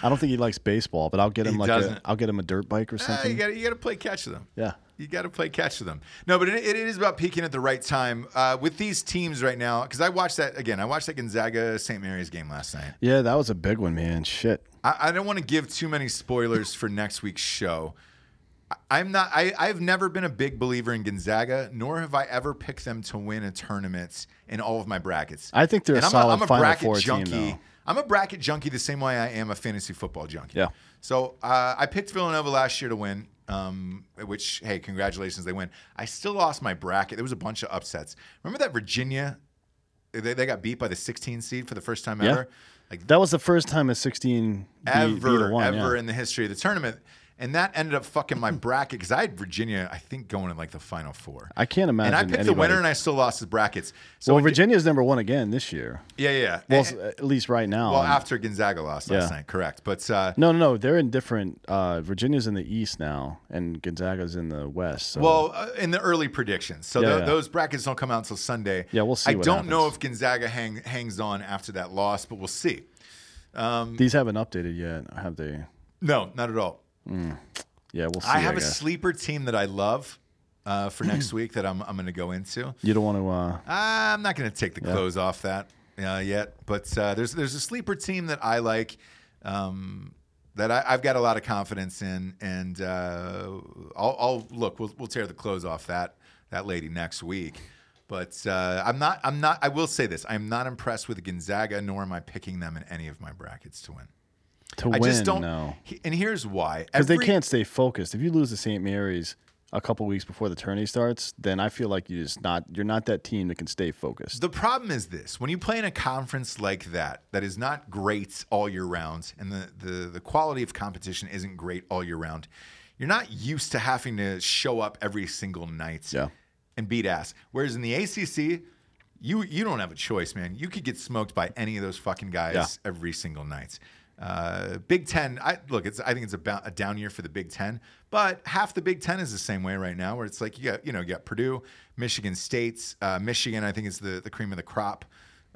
Speaker 2: I don't think he likes baseball, but I'll get him
Speaker 1: He
Speaker 2: like
Speaker 1: doesn't.
Speaker 2: a. I'll get him a dirt bike or
Speaker 1: Ah, you
Speaker 2: something.
Speaker 1: got you got to play catch with them.
Speaker 2: yeah,
Speaker 1: You got to play catch with them. No, but it, it is about peaking at the right time uh, with these teams right now. Because I watched that again. I watched that Gonzaga St. Mary's game last night.
Speaker 2: yeah, that was a big one, man. Shit.
Speaker 1: I, I don't want to give too many spoilers for next week's show. I- I'm not. I, I've never been a big believer in Gonzaga, nor have I ever picked them to win a tournament in all of my brackets.
Speaker 2: I think they're
Speaker 1: And
Speaker 2: a
Speaker 1: I'm
Speaker 2: solid
Speaker 1: I'm
Speaker 2: Final
Speaker 1: bracket
Speaker 2: Four team,
Speaker 1: junkie.
Speaker 2: though.
Speaker 1: I'm a bracket junkie the same way I am a fantasy football junkie.
Speaker 2: Yeah.
Speaker 1: So uh, I picked Villanova last year to win, um, which hey, congratulations, they win. I still lost my bracket. There was a bunch of upsets. Remember that Virginia? They, they got beat by the 16 seed for the first time
Speaker 2: Yeah.
Speaker 1: ever. Like
Speaker 2: That was the first time a sixteen beat- beat
Speaker 1: ever,
Speaker 2: a one,
Speaker 1: ever
Speaker 2: yeah.
Speaker 1: in the history of the tournament. And that ended up fucking my bracket because I had Virginia, I think, going in like the final four.
Speaker 2: I can't imagine.
Speaker 1: and I picked the
Speaker 2: anybody-
Speaker 1: winner and I still lost the brackets. So,
Speaker 2: well,
Speaker 1: it-
Speaker 2: Virginia's number one again this year.
Speaker 1: yeah, yeah. yeah.
Speaker 2: Well,
Speaker 1: And-
Speaker 2: s- at least right now.
Speaker 1: well, after Gonzaga lost last
Speaker 2: Yeah.
Speaker 1: night, correct. But uh,
Speaker 2: no, no, no. They're in different. Uh, Virginia's in the east now, and Gonzaga's in the west. So.
Speaker 1: well, uh, in the early predictions, so
Speaker 2: Yeah,
Speaker 1: tho-
Speaker 2: yeah.
Speaker 1: those brackets don't come out until Sunday.
Speaker 2: Yeah, we'll see
Speaker 1: I
Speaker 2: what
Speaker 1: don't know
Speaker 2: happens.
Speaker 1: if Gonzaga hang, hangs on after that loss, but we'll see.
Speaker 2: These haven't updated yet, have they?
Speaker 1: No, not at all.
Speaker 2: Yeah, we'll see.
Speaker 1: I have a
Speaker 2: guess.
Speaker 1: sleeper team that I love uh, for next week that I'm, I'm going to go into.
Speaker 2: You don't want to. Uh,
Speaker 1: I'm not going to take the clothes off that uh, yet, but uh, there's there's a sleeper team that I like um, that I, I've got a lot of confidence in, and uh, I'll, I'll look. We'll, we'll tear the clothes off that that lady next week. But uh, I'm not. I'm not. I will say this. I'm not impressed with Gonzaga, nor am I picking them in any of my brackets to win.
Speaker 2: to
Speaker 1: I
Speaker 2: win,
Speaker 1: just don't.
Speaker 2: no,
Speaker 1: he- And here's why.
Speaker 2: because they
Speaker 1: Every-
Speaker 2: can't stay focused. If you lose to St. Mary's a couple weeks before the tourney starts, then I feel like you just not. You're not that team that can stay focused.
Speaker 1: The problem is this: when you play in a conference like that, that is not great all year round, and the the, the quality of competition isn't great all year round, you're not used to having to show up every single night
Speaker 2: Yeah.
Speaker 1: and beat ass. Whereas in the ACC, you you don't have a choice, man. You could get smoked by any of those fucking guys
Speaker 2: Yeah.
Speaker 1: every single night. Uh, Big Ten, I look. It's I think it's about a down year for the Big Ten, but half the Big Ten is the same way right now, where it's like you got you know you got Purdue, Michigan State's, uh, Michigan. I think is the the cream of the crop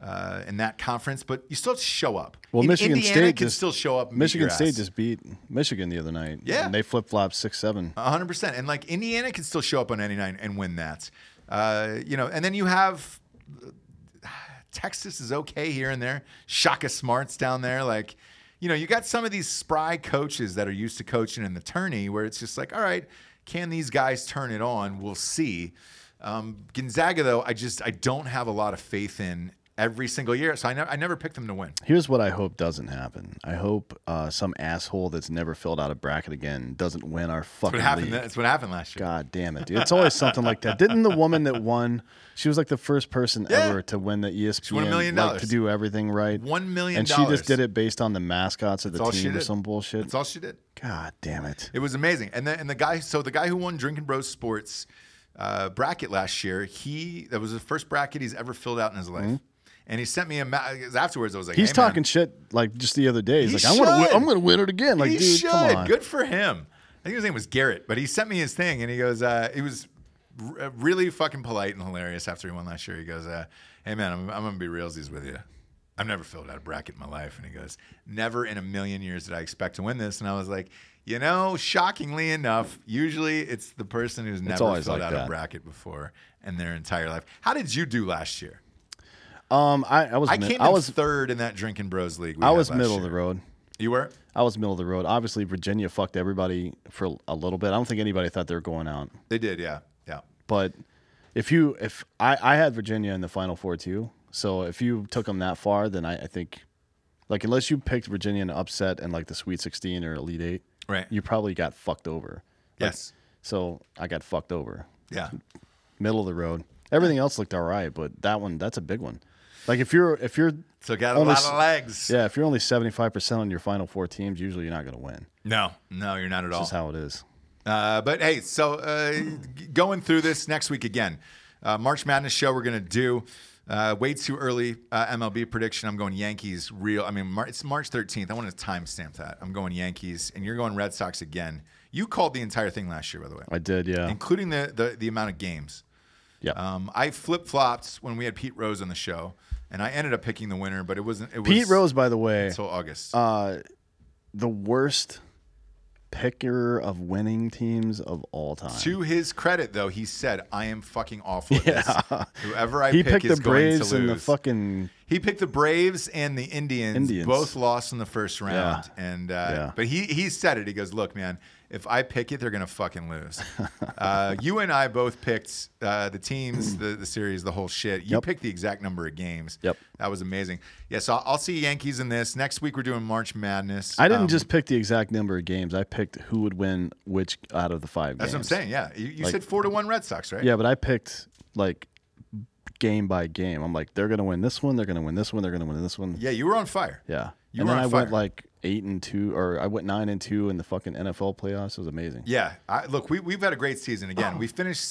Speaker 1: uh, in that conference, but you still have to show up.
Speaker 2: Well,
Speaker 1: In-
Speaker 2: Michigan
Speaker 1: Indiana
Speaker 2: State
Speaker 1: can
Speaker 2: just-
Speaker 1: still show up. and beat
Speaker 2: Michigan
Speaker 1: your
Speaker 2: State
Speaker 1: ass.
Speaker 2: just beat Michigan the other night.
Speaker 1: Yeah.
Speaker 2: and they flip flopped six seven.
Speaker 1: A hundred percent. And like Indiana can still show up on any night and win that. Uh, you know, and then you have Texas is okay here and there. Shaka Smart's down there. Like, you know, you got some of these spry coaches that are used to coaching in the tourney where it's just like, all right, can these guys turn it on? We'll see. Um, Gonzaga, though, I just I don't have a lot of faith in every single year, so I, ne- I never pick them to win.
Speaker 2: Here's what I hope doesn't happen. I hope uh, some asshole that's never filled out a bracket again doesn't win our fucking
Speaker 1: What happened?
Speaker 2: league.
Speaker 1: That's what happened last year.
Speaker 2: God damn it! dude. It's always something like that. Didn't the woman that won? She was like the first person ever to win the E ESPN.
Speaker 1: won a million
Speaker 2: like,
Speaker 1: dollars.
Speaker 2: to do everything right.
Speaker 1: One million
Speaker 2: and
Speaker 1: dollars.
Speaker 2: she just did it based on the mascots of the
Speaker 1: all she
Speaker 2: team or
Speaker 1: did.
Speaker 2: some bullshit.
Speaker 1: That's all she did.
Speaker 2: God damn it!
Speaker 1: It was amazing. And then and the guy, so the guy who won Drinking Bros Sports uh, bracket last year, he that was the first bracket he's ever filled out in his life. and he sent me a ma- 'cause afterwards. I was like,
Speaker 2: Mm-hmm. He's
Speaker 1: "Hey, man."
Speaker 2: talking shit like just the other day. He's
Speaker 1: He
Speaker 2: like, I'm gonna, win,
Speaker 1: should.
Speaker 2: I'm gonna win it again. Like,
Speaker 1: he
Speaker 2: dude,
Speaker 1: should.
Speaker 2: come on.
Speaker 1: Good for him. I think his name was Garrett, but he sent me his thing, and he goes, uh, he was r- uh, really fucking polite and hilarious after he won last year. He goes, uh, hey man, I'm, I'm gonna be realsies with you. I've never filled out a bracket in my life, and he goes, never in a million years did I expect to win this. And I was like, you know, shockingly enough, usually it's the person who's never
Speaker 2: always
Speaker 1: filled
Speaker 2: like
Speaker 1: out
Speaker 2: that.
Speaker 1: a bracket before in their entire life. How did you do last year?
Speaker 2: Um, I, I was,
Speaker 1: I
Speaker 2: mid-
Speaker 1: came in
Speaker 2: I was,
Speaker 1: third in that Drinking Bros League. we
Speaker 2: I
Speaker 1: had
Speaker 2: was
Speaker 1: last
Speaker 2: middle of
Speaker 1: year.
Speaker 2: the road.
Speaker 1: You were?
Speaker 2: I was middle of the road. Obviously, Virginia fucked everybody for a little bit. I don't think anybody thought they were going out.
Speaker 1: They did, yeah, yeah.
Speaker 2: But if you, if I, I had Virginia in the final four too. So if you took them that far, then I, I think, like, unless you picked Virginia in an upset and like the Sweet 16 or Elite Eight,
Speaker 1: Right.
Speaker 2: you probably got fucked over. Like,
Speaker 1: yes.
Speaker 2: So I got fucked over.
Speaker 1: Yeah.
Speaker 2: middle of the road. Everything else looked all right, but that one, that's a big one. Like if you're if you're
Speaker 1: So got a
Speaker 2: Only
Speaker 1: lot
Speaker 2: s-
Speaker 1: of legs.
Speaker 2: yeah, if you're only seventy five percent on your final four teams, usually you're not going to win.
Speaker 1: No, no, you're not at all.
Speaker 2: That's how it is.
Speaker 1: Uh, but hey, so uh, g- going through this next week again, uh, March Madness show we're gonna do. Uh, way too early uh, MLB prediction. I'm going Yankees. Real. I mean, Mar- it's March 13th. I want to timestamp that. I'm going Yankees, and you're going Red Sox again. You called the entire thing last year, by the way,
Speaker 2: I did, yeah,
Speaker 1: including the the, the amount of games.
Speaker 2: yeah.
Speaker 1: Um, I flip flopped when we had Pete Rose on the show, and I ended up picking the winner, but it wasn't. It was
Speaker 2: Pete Rose, by the way,
Speaker 1: until August.
Speaker 2: the worst picker of winning teams of all time.
Speaker 1: To his credit, though, he said, "I am fucking awful at this. Whoever I
Speaker 2: he
Speaker 1: pick
Speaker 2: picked
Speaker 1: is
Speaker 2: the
Speaker 1: going
Speaker 2: Braves
Speaker 1: to
Speaker 2: and the
Speaker 1: lose."
Speaker 2: fucking
Speaker 1: he picked the Braves and the Indians.
Speaker 2: Indians.
Speaker 1: Both lost in the first round. And uh,
Speaker 2: Yeah.
Speaker 1: but he he said it. He goes, "Look, man, if I pick it, they're gonna fucking lose." uh, you and I both picked uh, the teams, the, the series, the whole shit. You
Speaker 2: Yep.
Speaker 1: picked the exact number of games.
Speaker 2: Yep.
Speaker 1: that was amazing. Yeah, so I'll, I'll see Yankees in this next week. We're doing March Madness.
Speaker 2: I didn't
Speaker 1: Um,
Speaker 2: just pick the exact number of games. I picked who would win which out of the five
Speaker 1: That's
Speaker 2: games.
Speaker 1: what I'm saying. Yeah, you, you
Speaker 2: Like-
Speaker 1: said four to one Red Sox, right?
Speaker 2: Yeah, but I picked like game by game. I'm like, they're gonna win this one. They're gonna win this one. They're gonna win this one.
Speaker 1: Yeah, you were on fire.
Speaker 2: Yeah.
Speaker 1: You
Speaker 2: and
Speaker 1: were
Speaker 2: then
Speaker 1: on
Speaker 2: I
Speaker 1: fire.
Speaker 2: went like eight and two, or I went nine and two in the fucking NFL playoffs. It was amazing.
Speaker 1: Yeah. I, look, we, we've had a great season.
Speaker 2: Oh.
Speaker 1: Again, we finished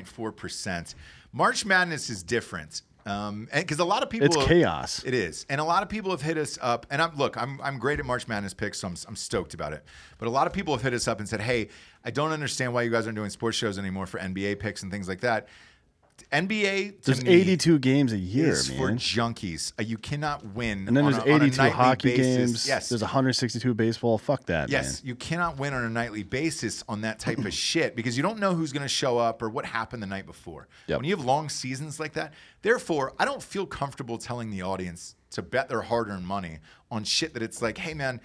Speaker 1: 73.4%. March Madness is different. Um, because a lot of people
Speaker 2: It's chaos.
Speaker 1: It is, and a lot of people have hit us up. And I'm look, I'm I'm great at March Madness picks, so I'm I'm stoked about it. But a lot of people have hit us up and said, "Hey, I don't understand why you guys aren't doing sports shows anymore for NBA picks and things like that." NBA to
Speaker 2: There's
Speaker 1: me,
Speaker 2: 82 games a year,
Speaker 1: is for
Speaker 2: man.
Speaker 1: junkies. Uh, You cannot win.
Speaker 2: And then
Speaker 1: on
Speaker 2: there's
Speaker 1: a- on a
Speaker 2: 82
Speaker 1: nightly
Speaker 2: hockey
Speaker 1: basis.
Speaker 2: games.
Speaker 1: Yes,
Speaker 2: There's 162 baseball. Fuck that,
Speaker 1: Yes, you cannot win on a nightly basis on that type of shit because you don't know who's going to show up or what happened the night before.
Speaker 2: Yep.
Speaker 1: When you have long seasons like that, therefore, I don't feel comfortable telling the audience to bet their hard-earned money on shit that it's like, hey man,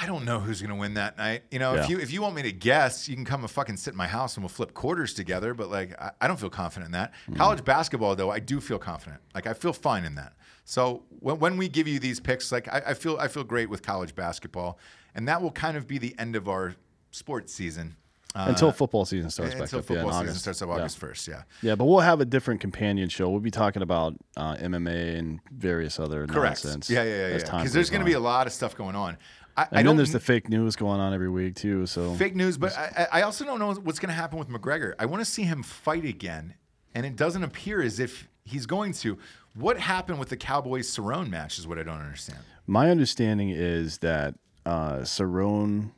Speaker 1: I don't know who's going to win that night. You know,
Speaker 2: Yeah.
Speaker 1: if you if you want me to guess, you can come and fucking sit in my house and we'll flip quarters together. But like, I, I don't feel confident in that.
Speaker 2: Mm-hmm.
Speaker 1: College basketball, though, I do feel confident. Like, I feel fine in that. So when, when we give you these picks, like, I, I feel I feel great with college basketball, and that will kind of be the end of our sports season
Speaker 2: man. Until football season starts
Speaker 1: Uh,
Speaker 2: back
Speaker 1: until
Speaker 2: up. yeah, in
Speaker 1: football season
Speaker 2: August.
Speaker 1: starts up
Speaker 2: Yeah.
Speaker 1: August first. Yeah.
Speaker 2: Yeah, but we'll have a different companion show. We'll be talking about uh, MMA and various other
Speaker 1: correct.
Speaker 2: nonsense.
Speaker 1: Yeah, yeah, yeah.
Speaker 2: as
Speaker 1: Because
Speaker 2: time
Speaker 1: there's
Speaker 2: goes
Speaker 1: going to
Speaker 2: on.
Speaker 1: be a lot of stuff going on. I, I
Speaker 2: And
Speaker 1: don't
Speaker 2: then there's the fake news going on every week too. So
Speaker 1: fake news, but I, I I also don't know what's going to happen with McGregor. I want to see him fight again, and it doesn't appear as if he's going to. What happened with the Cowboys Cerrone match is what I don't understand.
Speaker 2: My understanding is that uh, Cerrone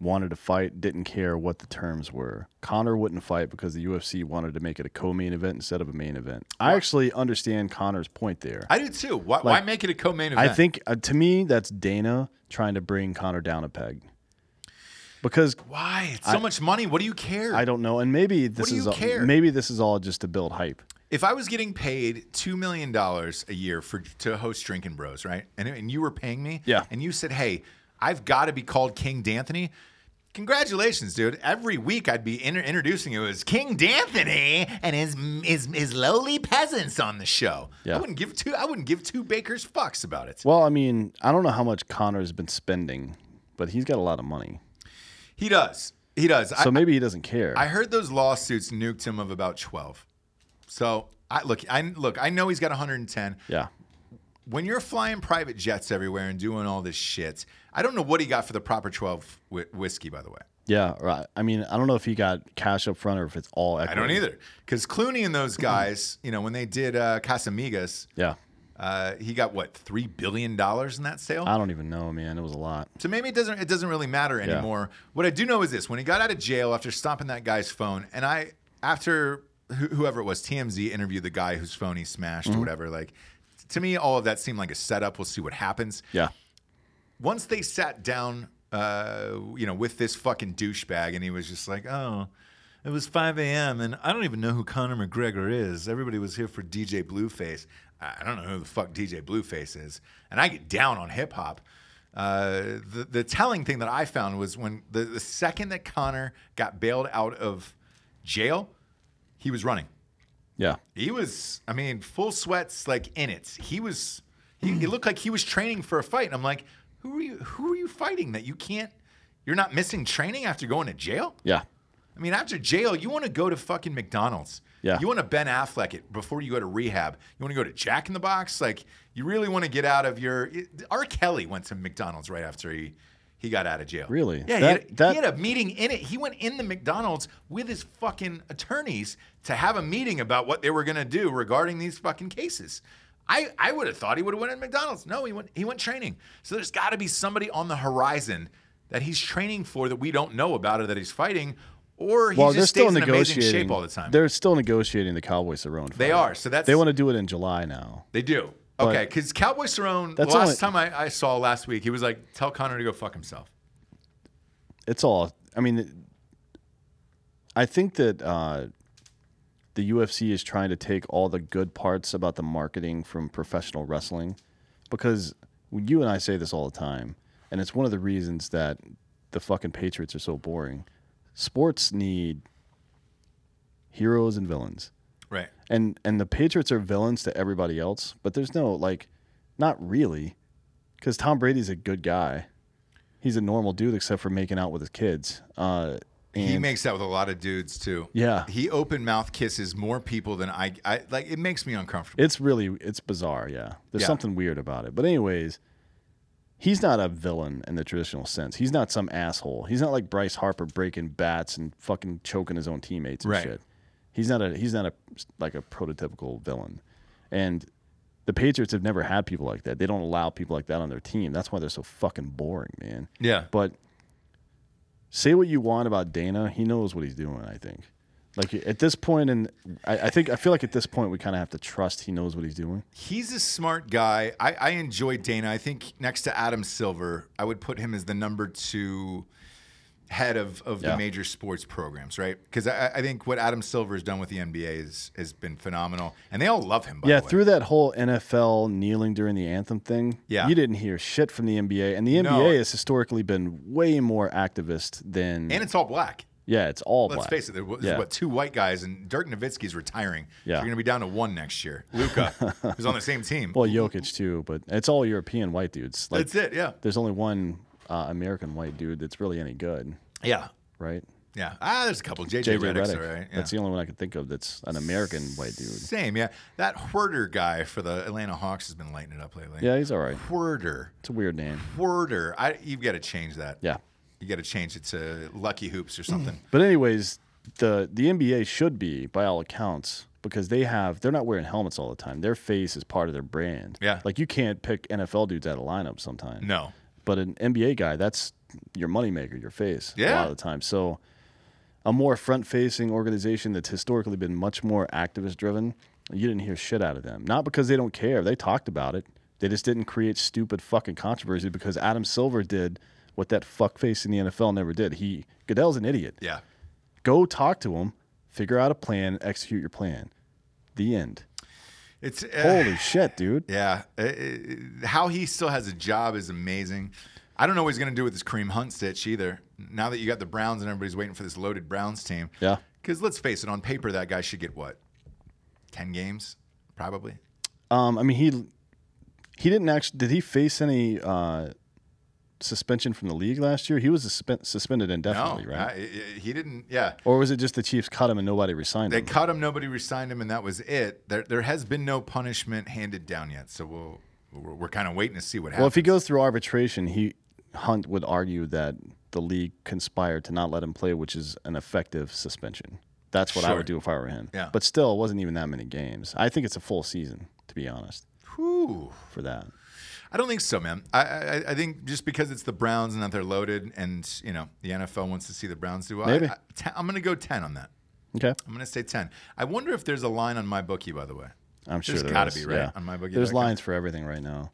Speaker 2: wanted to fight, didn't care what the terms were. Connor wouldn't fight because the UFC wanted to make it a co-main event instead of a main event. I actually understand Connor's point there. I,
Speaker 1: I do too. Why, why make it a co-main event?
Speaker 2: think uh, to me that's Dana trying to bring Connor down a peg. Because
Speaker 1: why it's so much money. What do you care?
Speaker 2: I don't know, and maybe this
Speaker 1: do
Speaker 2: is
Speaker 1: you
Speaker 2: all,
Speaker 1: care?
Speaker 2: maybe this is all just to build hype.
Speaker 1: if I was getting paid two million dollars a year for to host Drinking Bros, right, and, and you were paying me,
Speaker 2: Yeah.
Speaker 1: and you said, "Hey, I've got to be called King D'Anthony." Congratulations, dude! Every week I'd be inter- introducing you as King D'Anthony and his his his lowly peasants on the show.
Speaker 2: Yeah.
Speaker 1: I wouldn't give two. I wouldn't give two bakers fucks about it.
Speaker 2: Well, I mean, I don't know how much Connor's been spending, but he's got a lot of money,
Speaker 1: He does. He does. I-
Speaker 2: so maybe he doesn't care.
Speaker 1: I heard those lawsuits nuked him of about twelve. So I look. I look. I know he's got 110.
Speaker 2: yeah,
Speaker 1: when you're flying private jets everywhere and doing all this shit, I don't know what he got for the proper 12 whi whiskey, by the way.
Speaker 2: Yeah, right. I mean, I don't know if he got cash up front or if it's all
Speaker 1: I
Speaker 2: equity.
Speaker 1: don't either. Because Clooney and those guys, you know, when they did uh, Casamigas,
Speaker 2: Yeah,
Speaker 1: Uh, he got what three billion dollars in that sale.
Speaker 2: I don't even know, man. It was a lot.
Speaker 1: So maybe it doesn't it doesn't really matter anymore. What I do know is this: when he got out of jail after stomping that guy's phone, and I after wh- whoever it was, TMZ interviewed the guy whose phone he smashed or whatever. Like to me, all of that seemed like a setup. We'll see what happens.
Speaker 2: Yeah.
Speaker 1: Once they sat down, uh, you know, with this fucking douchebag, and he was just like, "Oh, it was 5 a.m. and I don't even know who Conor McGregor is. Everybody was here for DJ Blueface. I I don't know who the fuck DJ Blueface is, and I get down on hip hop." Uh, the, the telling thing that I found was when the, the second that Connor got bailed out of jail, he was running.
Speaker 2: Yeah.
Speaker 1: He was, I mean, full sweats, like in it. He was, he, he looked like he was training for a fight. And I'm like, who are you? Who are you fighting that you can't? You're not missing training after going to jail.
Speaker 2: Yeah.
Speaker 1: I mean, after jail, you want to go to fucking McDonald's.
Speaker 2: Yeah.
Speaker 1: You want to Ben Affleck it before you go to rehab. You want to go to Jack in the Box. Like, you really want to get out of your. it- R. Kelly went to McDonald's right after he he got out of jail.
Speaker 2: Really?
Speaker 1: Yeah. he,
Speaker 2: That-
Speaker 1: had, he
Speaker 2: that-
Speaker 1: had a meeting in it. He went in the McDonald's with his fucking attorneys to have a meeting about what they were gonna do regarding these fucking cases. I, I would have thought he would have went in McDonald's. No, he went he went training. So there's got to be somebody on the horizon that he's training for that we don't know about or that he's fighting, or he
Speaker 2: Well, they're
Speaker 1: just
Speaker 2: still
Speaker 1: stays in amazing
Speaker 2: negotiating.
Speaker 1: shape all the time.
Speaker 2: They're still negotiating the Cowboys their own.
Speaker 1: They are. So that's
Speaker 2: They want to do it in July now.
Speaker 1: they do.
Speaker 2: But-
Speaker 1: okay, because Cowboy Cerrone, the
Speaker 2: That's
Speaker 1: last
Speaker 2: only-
Speaker 1: time I, I saw last week, he was like, "Tell Connor to go fuck himself."
Speaker 2: It's all. I mean, I think that uh, the UFC is trying to take all the good parts about the marketing from professional wrestling, because you and I say this all the time, and it's one of the reasons that the fucking Patriots are so boring. Sports need heroes and villains.
Speaker 1: Right.
Speaker 2: and and the Patriots are villains to everybody else, but there's no like, not really, because Tom Brady's a good guy. He's a normal dude except for making out with his kids. Uh, and
Speaker 1: He makes that with a lot of dudes too.
Speaker 2: Yeah.
Speaker 1: He open mouth kisses more people than I. I like. It makes me uncomfortable.
Speaker 2: it's really it's bizarre. Yeah, there's
Speaker 1: Yeah.
Speaker 2: something weird about it. But anyways, he's not a villain in the traditional sense. He's not some asshole. He's not like Bryce Harper breaking bats and fucking choking his own teammates and
Speaker 1: Right.
Speaker 2: shit. He's not a he's not a like a prototypical villain. And the Patriots have never had people like that. They don't allow people like that on their team. That's why they're so fucking boring, man.
Speaker 1: yeah.
Speaker 2: But say what you want about Dana, he knows what he's doing. I think. Like at this point, and I, I think I feel like at this point we kind of have to trust he knows what he's doing.
Speaker 1: He's a smart guy. I, I enjoy Dana. I think next to Adam Silver, I would put him as the number two head of, of
Speaker 2: Yeah.
Speaker 1: the major sports programs, right? Because I, I think what Adam Silver has done with the NBA is, has been phenomenal. And they all love him, by
Speaker 2: yeah,
Speaker 1: the way.
Speaker 2: through that whole NFL kneeling during the anthem thing,
Speaker 1: Yeah.
Speaker 2: you didn't hear shit from the NBA, and the NBA
Speaker 1: No.
Speaker 2: has historically been way more activist than
Speaker 1: and it's all black.
Speaker 2: yeah, it's all
Speaker 1: Let's
Speaker 2: black.
Speaker 1: face it, there was
Speaker 2: Yeah.
Speaker 1: what two white guys and Dirk Nowitzki's retiring.
Speaker 2: Yeah.
Speaker 1: So you're gonna be down to one next year. Luca, who's on the same team.
Speaker 2: Well, Jokic too, but it's all European white dudes. Like
Speaker 1: That's it, yeah.
Speaker 2: there's only one uh, American white dude that's really any good,
Speaker 1: Yeah.
Speaker 2: right?
Speaker 1: Yeah. Ah, there's a couple. JJ,
Speaker 2: J.J.
Speaker 1: Reddick's
Speaker 2: Redick.
Speaker 1: all right. Yeah.
Speaker 2: That's the only one I could think of that's an American white dude.
Speaker 1: Same, yeah. That Herder guy for the Atlanta Hawks has been lighting it up lately.
Speaker 2: Yeah, he's all right.
Speaker 1: Herder.
Speaker 2: It's a weird name.
Speaker 1: Herder. I, you've got to change that.
Speaker 2: Yeah.
Speaker 1: You got to change it to Lucky Hoops or something.
Speaker 2: But anyways, the the NBA should be by all accounts because they have they're not wearing helmets all the time. Their face is part of their brand.
Speaker 1: Yeah.
Speaker 2: Like you can't pick NFL dudes out of lineup sometimes.
Speaker 1: no.
Speaker 2: But an NBA guy, that's your moneymaker, your face a
Speaker 1: Yeah.
Speaker 2: lot of the time. So a more front facing organization that's historically been much more activist driven, you didn't hear shit out of them. Not because they don't care. They talked about it. They just didn't create stupid fucking controversy because Adam Silver did what that fuckface in the NFL never did. He Goodell's an idiot
Speaker 1: Yeah.
Speaker 2: go talk to them, figure out a plan, execute your plan. The end.
Speaker 1: It's uh,
Speaker 2: Holy shit, dude.
Speaker 1: Yeah, Uh, uh, how he still has a job is amazing. I don't know what he's gonna do with this Kareem Hunt stitch either. Now that you got the Browns and everybody's waiting for this loaded Browns team.
Speaker 2: Yeah.
Speaker 1: Because let's face it, on paper that guy should get what, ten games probably.
Speaker 2: Um, I mean, he he didn't actually. Did he face any uh, suspension from the league last year? He was suspen- suspended
Speaker 1: No,
Speaker 2: indefinitely, right?
Speaker 1: Oh, I- I- he didn't. Yeah,
Speaker 2: or was it just the Chiefs cut him and nobody resigned
Speaker 1: they
Speaker 2: him?
Speaker 1: cut him. Nobody resigned him, and that was it. There, there has been no punishment handed down yet. So we'll, we're, we're kind of waiting to see what happens.
Speaker 2: Well, if he goes through arbitration, he Hunt would argue that the league conspired to not let him play, which is an effective suspension. That's what I
Speaker 1: Sure.
Speaker 2: would do if I were him.
Speaker 1: Yeah.
Speaker 2: But still, it wasn't even that many games. I think it's a full season, to be honest.
Speaker 1: Whew.
Speaker 2: for that.
Speaker 1: I don't think so, man. I, I I think just because it's the Browns and that they're loaded, and you know the NFL wants to see the Browns do well.
Speaker 2: Maybe.
Speaker 1: I, I, ten, I'm going to go ten on that.
Speaker 2: Okay,
Speaker 1: I'm going to say ten. I wonder if there's a line on my bookie, by the way.
Speaker 2: I'm sure
Speaker 1: There's
Speaker 2: there
Speaker 1: gotta be,
Speaker 2: is,
Speaker 1: right?
Speaker 2: yeah.
Speaker 1: On MyBookie.com.
Speaker 2: There's lines for everything right now.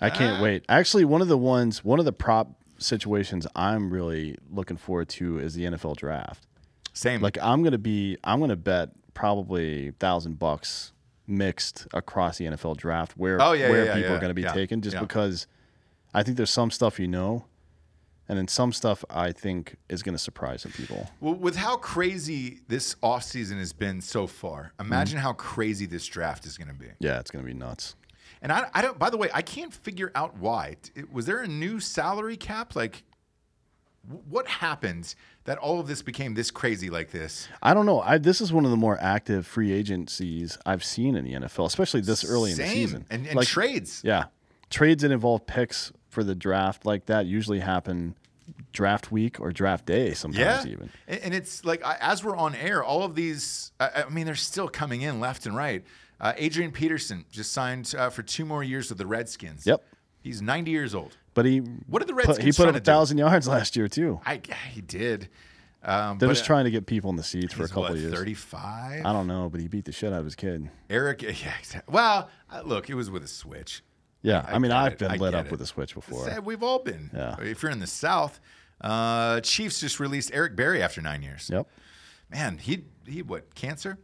Speaker 2: I can't wait. Actually, one of the ones, one of the prop situations I'm really looking forward to is the NFL draft.
Speaker 1: Same.
Speaker 2: Like I'm gonna be, I'm gonna bet probably thousand bucks mixed across the NFL draft where
Speaker 1: Oh, yeah,
Speaker 2: where
Speaker 1: yeah, yeah,
Speaker 2: people
Speaker 1: yeah,
Speaker 2: are gonna be
Speaker 1: yeah,
Speaker 2: taken, just
Speaker 1: yeah.
Speaker 2: because I think there's some stuff you know, and then some stuff I think is gonna surprise some people.
Speaker 1: Well, with how crazy this offseason has been so far,
Speaker 2: Mm-hmm.
Speaker 1: imagine how crazy this draft is going to be.
Speaker 2: Yeah, it's gonna be nuts.
Speaker 1: And I, I don't, by the way, I can't figure out why. T- it- was there a new salary cap? Like, wh- what happened that all of this became this crazy like this?
Speaker 2: I don't know. I, this is one of the more active free agencies I've seen in the NFL, especially this early in
Speaker 1: Same.
Speaker 2: the season.
Speaker 1: And, and
Speaker 2: Like,
Speaker 1: trades.
Speaker 2: yeah, trades that involve picks for the draft like that usually happen draft week or draft day
Speaker 1: Yeah.
Speaker 2: sometimes even.
Speaker 1: And, and it's like, I, as we're on air, all of these, I, I mean, they're still coming in left and right. Uh, Adrian Peterson just signed uh, for two more years with the Redskins.
Speaker 2: Yep.
Speaker 1: He's 90 years old.
Speaker 2: But he
Speaker 1: What are the
Speaker 2: put,
Speaker 1: Redskins
Speaker 2: he put
Speaker 1: trying
Speaker 2: up
Speaker 1: to
Speaker 2: a
Speaker 1: do?
Speaker 2: thousand yards last year too.
Speaker 1: I he did. Um,
Speaker 2: They're
Speaker 1: but,
Speaker 2: just trying to get people in the seats for a
Speaker 1: he's,
Speaker 2: couple
Speaker 1: what,
Speaker 2: of years. Um,
Speaker 1: 35.
Speaker 2: I don't know, but he beat the shit out of his kid.
Speaker 1: Eric, yeah, exactly. Well, I- look, it was with a switch.
Speaker 2: Yeah, I, mean,
Speaker 1: get
Speaker 2: I've
Speaker 1: it.
Speaker 2: been
Speaker 1: I
Speaker 2: lit
Speaker 1: get
Speaker 2: up
Speaker 1: it.
Speaker 2: with a switch before.
Speaker 1: Sad, We've all been.
Speaker 2: Yeah.
Speaker 1: If you're in the South, uh, Chiefs just released Eric Berry after nine years.
Speaker 2: Yep.
Speaker 1: Man, he he what cancer?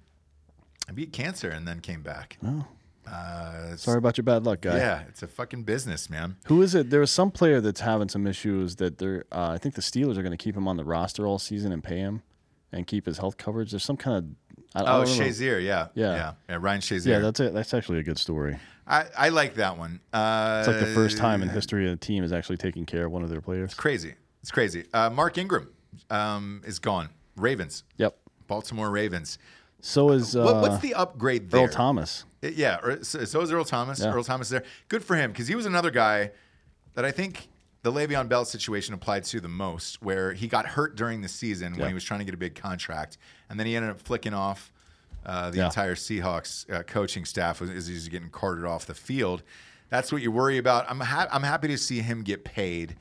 Speaker 1: He beat cancer and then came back.
Speaker 2: Oh.
Speaker 1: Uh, it's-
Speaker 2: Sorry about your bad luck, guy.
Speaker 1: yeah, it's a fucking business, man.
Speaker 2: Who is it? There was some player that's having some issues that they're. Uh, I think the Steelers are going to keep him on the roster all season and pay him, and keep his health coverage. There's some kind of. I, I
Speaker 1: Oh,
Speaker 2: don't remember.
Speaker 1: Shazier, yeah,
Speaker 2: Yeah.
Speaker 1: yeah, yeah, Ryan Shazier.
Speaker 2: Yeah, that's it. That's actually a good story.
Speaker 1: I, I like that one. Uh,
Speaker 2: It's like the first time in history a team is actually taking care of one of their players.
Speaker 1: Crazy, it's crazy. Uh, Mark Ingram um, is gone. Ravens,
Speaker 2: Yep. Baltimore
Speaker 1: Baltimore Ravens.
Speaker 2: So is uh,
Speaker 1: What, what's the upgrade there?
Speaker 2: Earl Thomas.
Speaker 1: It- Yeah, er- so, so is Earl Thomas.
Speaker 2: Yeah.
Speaker 1: Earl Thomas is there. Good for him because he was another guy that I think the Le'Veon Bell situation applied to the most, where he got hurt during the season when he was trying to get a big contract, and then he ended up flicking off uh, the
Speaker 2: Yeah.
Speaker 1: entire Seahawks uh, coaching staff as as he's getting carted off the field. That's what you worry about. I'm ha- I'm happy to see him get paid.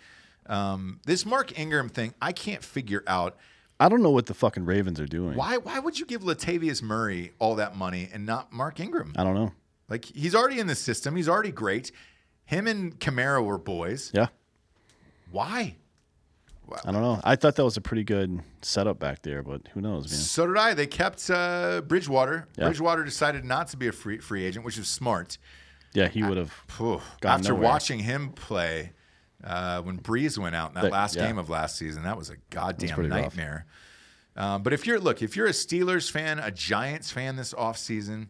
Speaker 1: Um, this Mark Ingram thing, I can't figure out.
Speaker 2: I don't know what the fucking Ravens are doing.
Speaker 1: Why, why would you give Latavius Murray all that money and not Mark Ingram?
Speaker 2: I don't know.
Speaker 1: Like he's already in the system. He's already great. Him and Camaro were boys.
Speaker 2: Yeah,
Speaker 1: Why?
Speaker 2: I don't know. I thought that was a pretty good setup back there, but who knows, man?
Speaker 1: So did I. They kept uh, Bridgewater.
Speaker 2: Yeah.
Speaker 1: Bridgewater decided not to be a free free agent, which is smart.
Speaker 2: Yeah, he would have.
Speaker 1: Phew.
Speaker 2: Gone
Speaker 1: After
Speaker 2: nowhere.
Speaker 1: watching him play uh, when Breeze went out in that
Speaker 2: That-
Speaker 1: last
Speaker 2: yeah.
Speaker 1: game of last season, that was a goddamn
Speaker 2: pretty rough.
Speaker 1: nightmare. Um, but if you're look, if you're a Steelers fan, a Giants fan this offseason,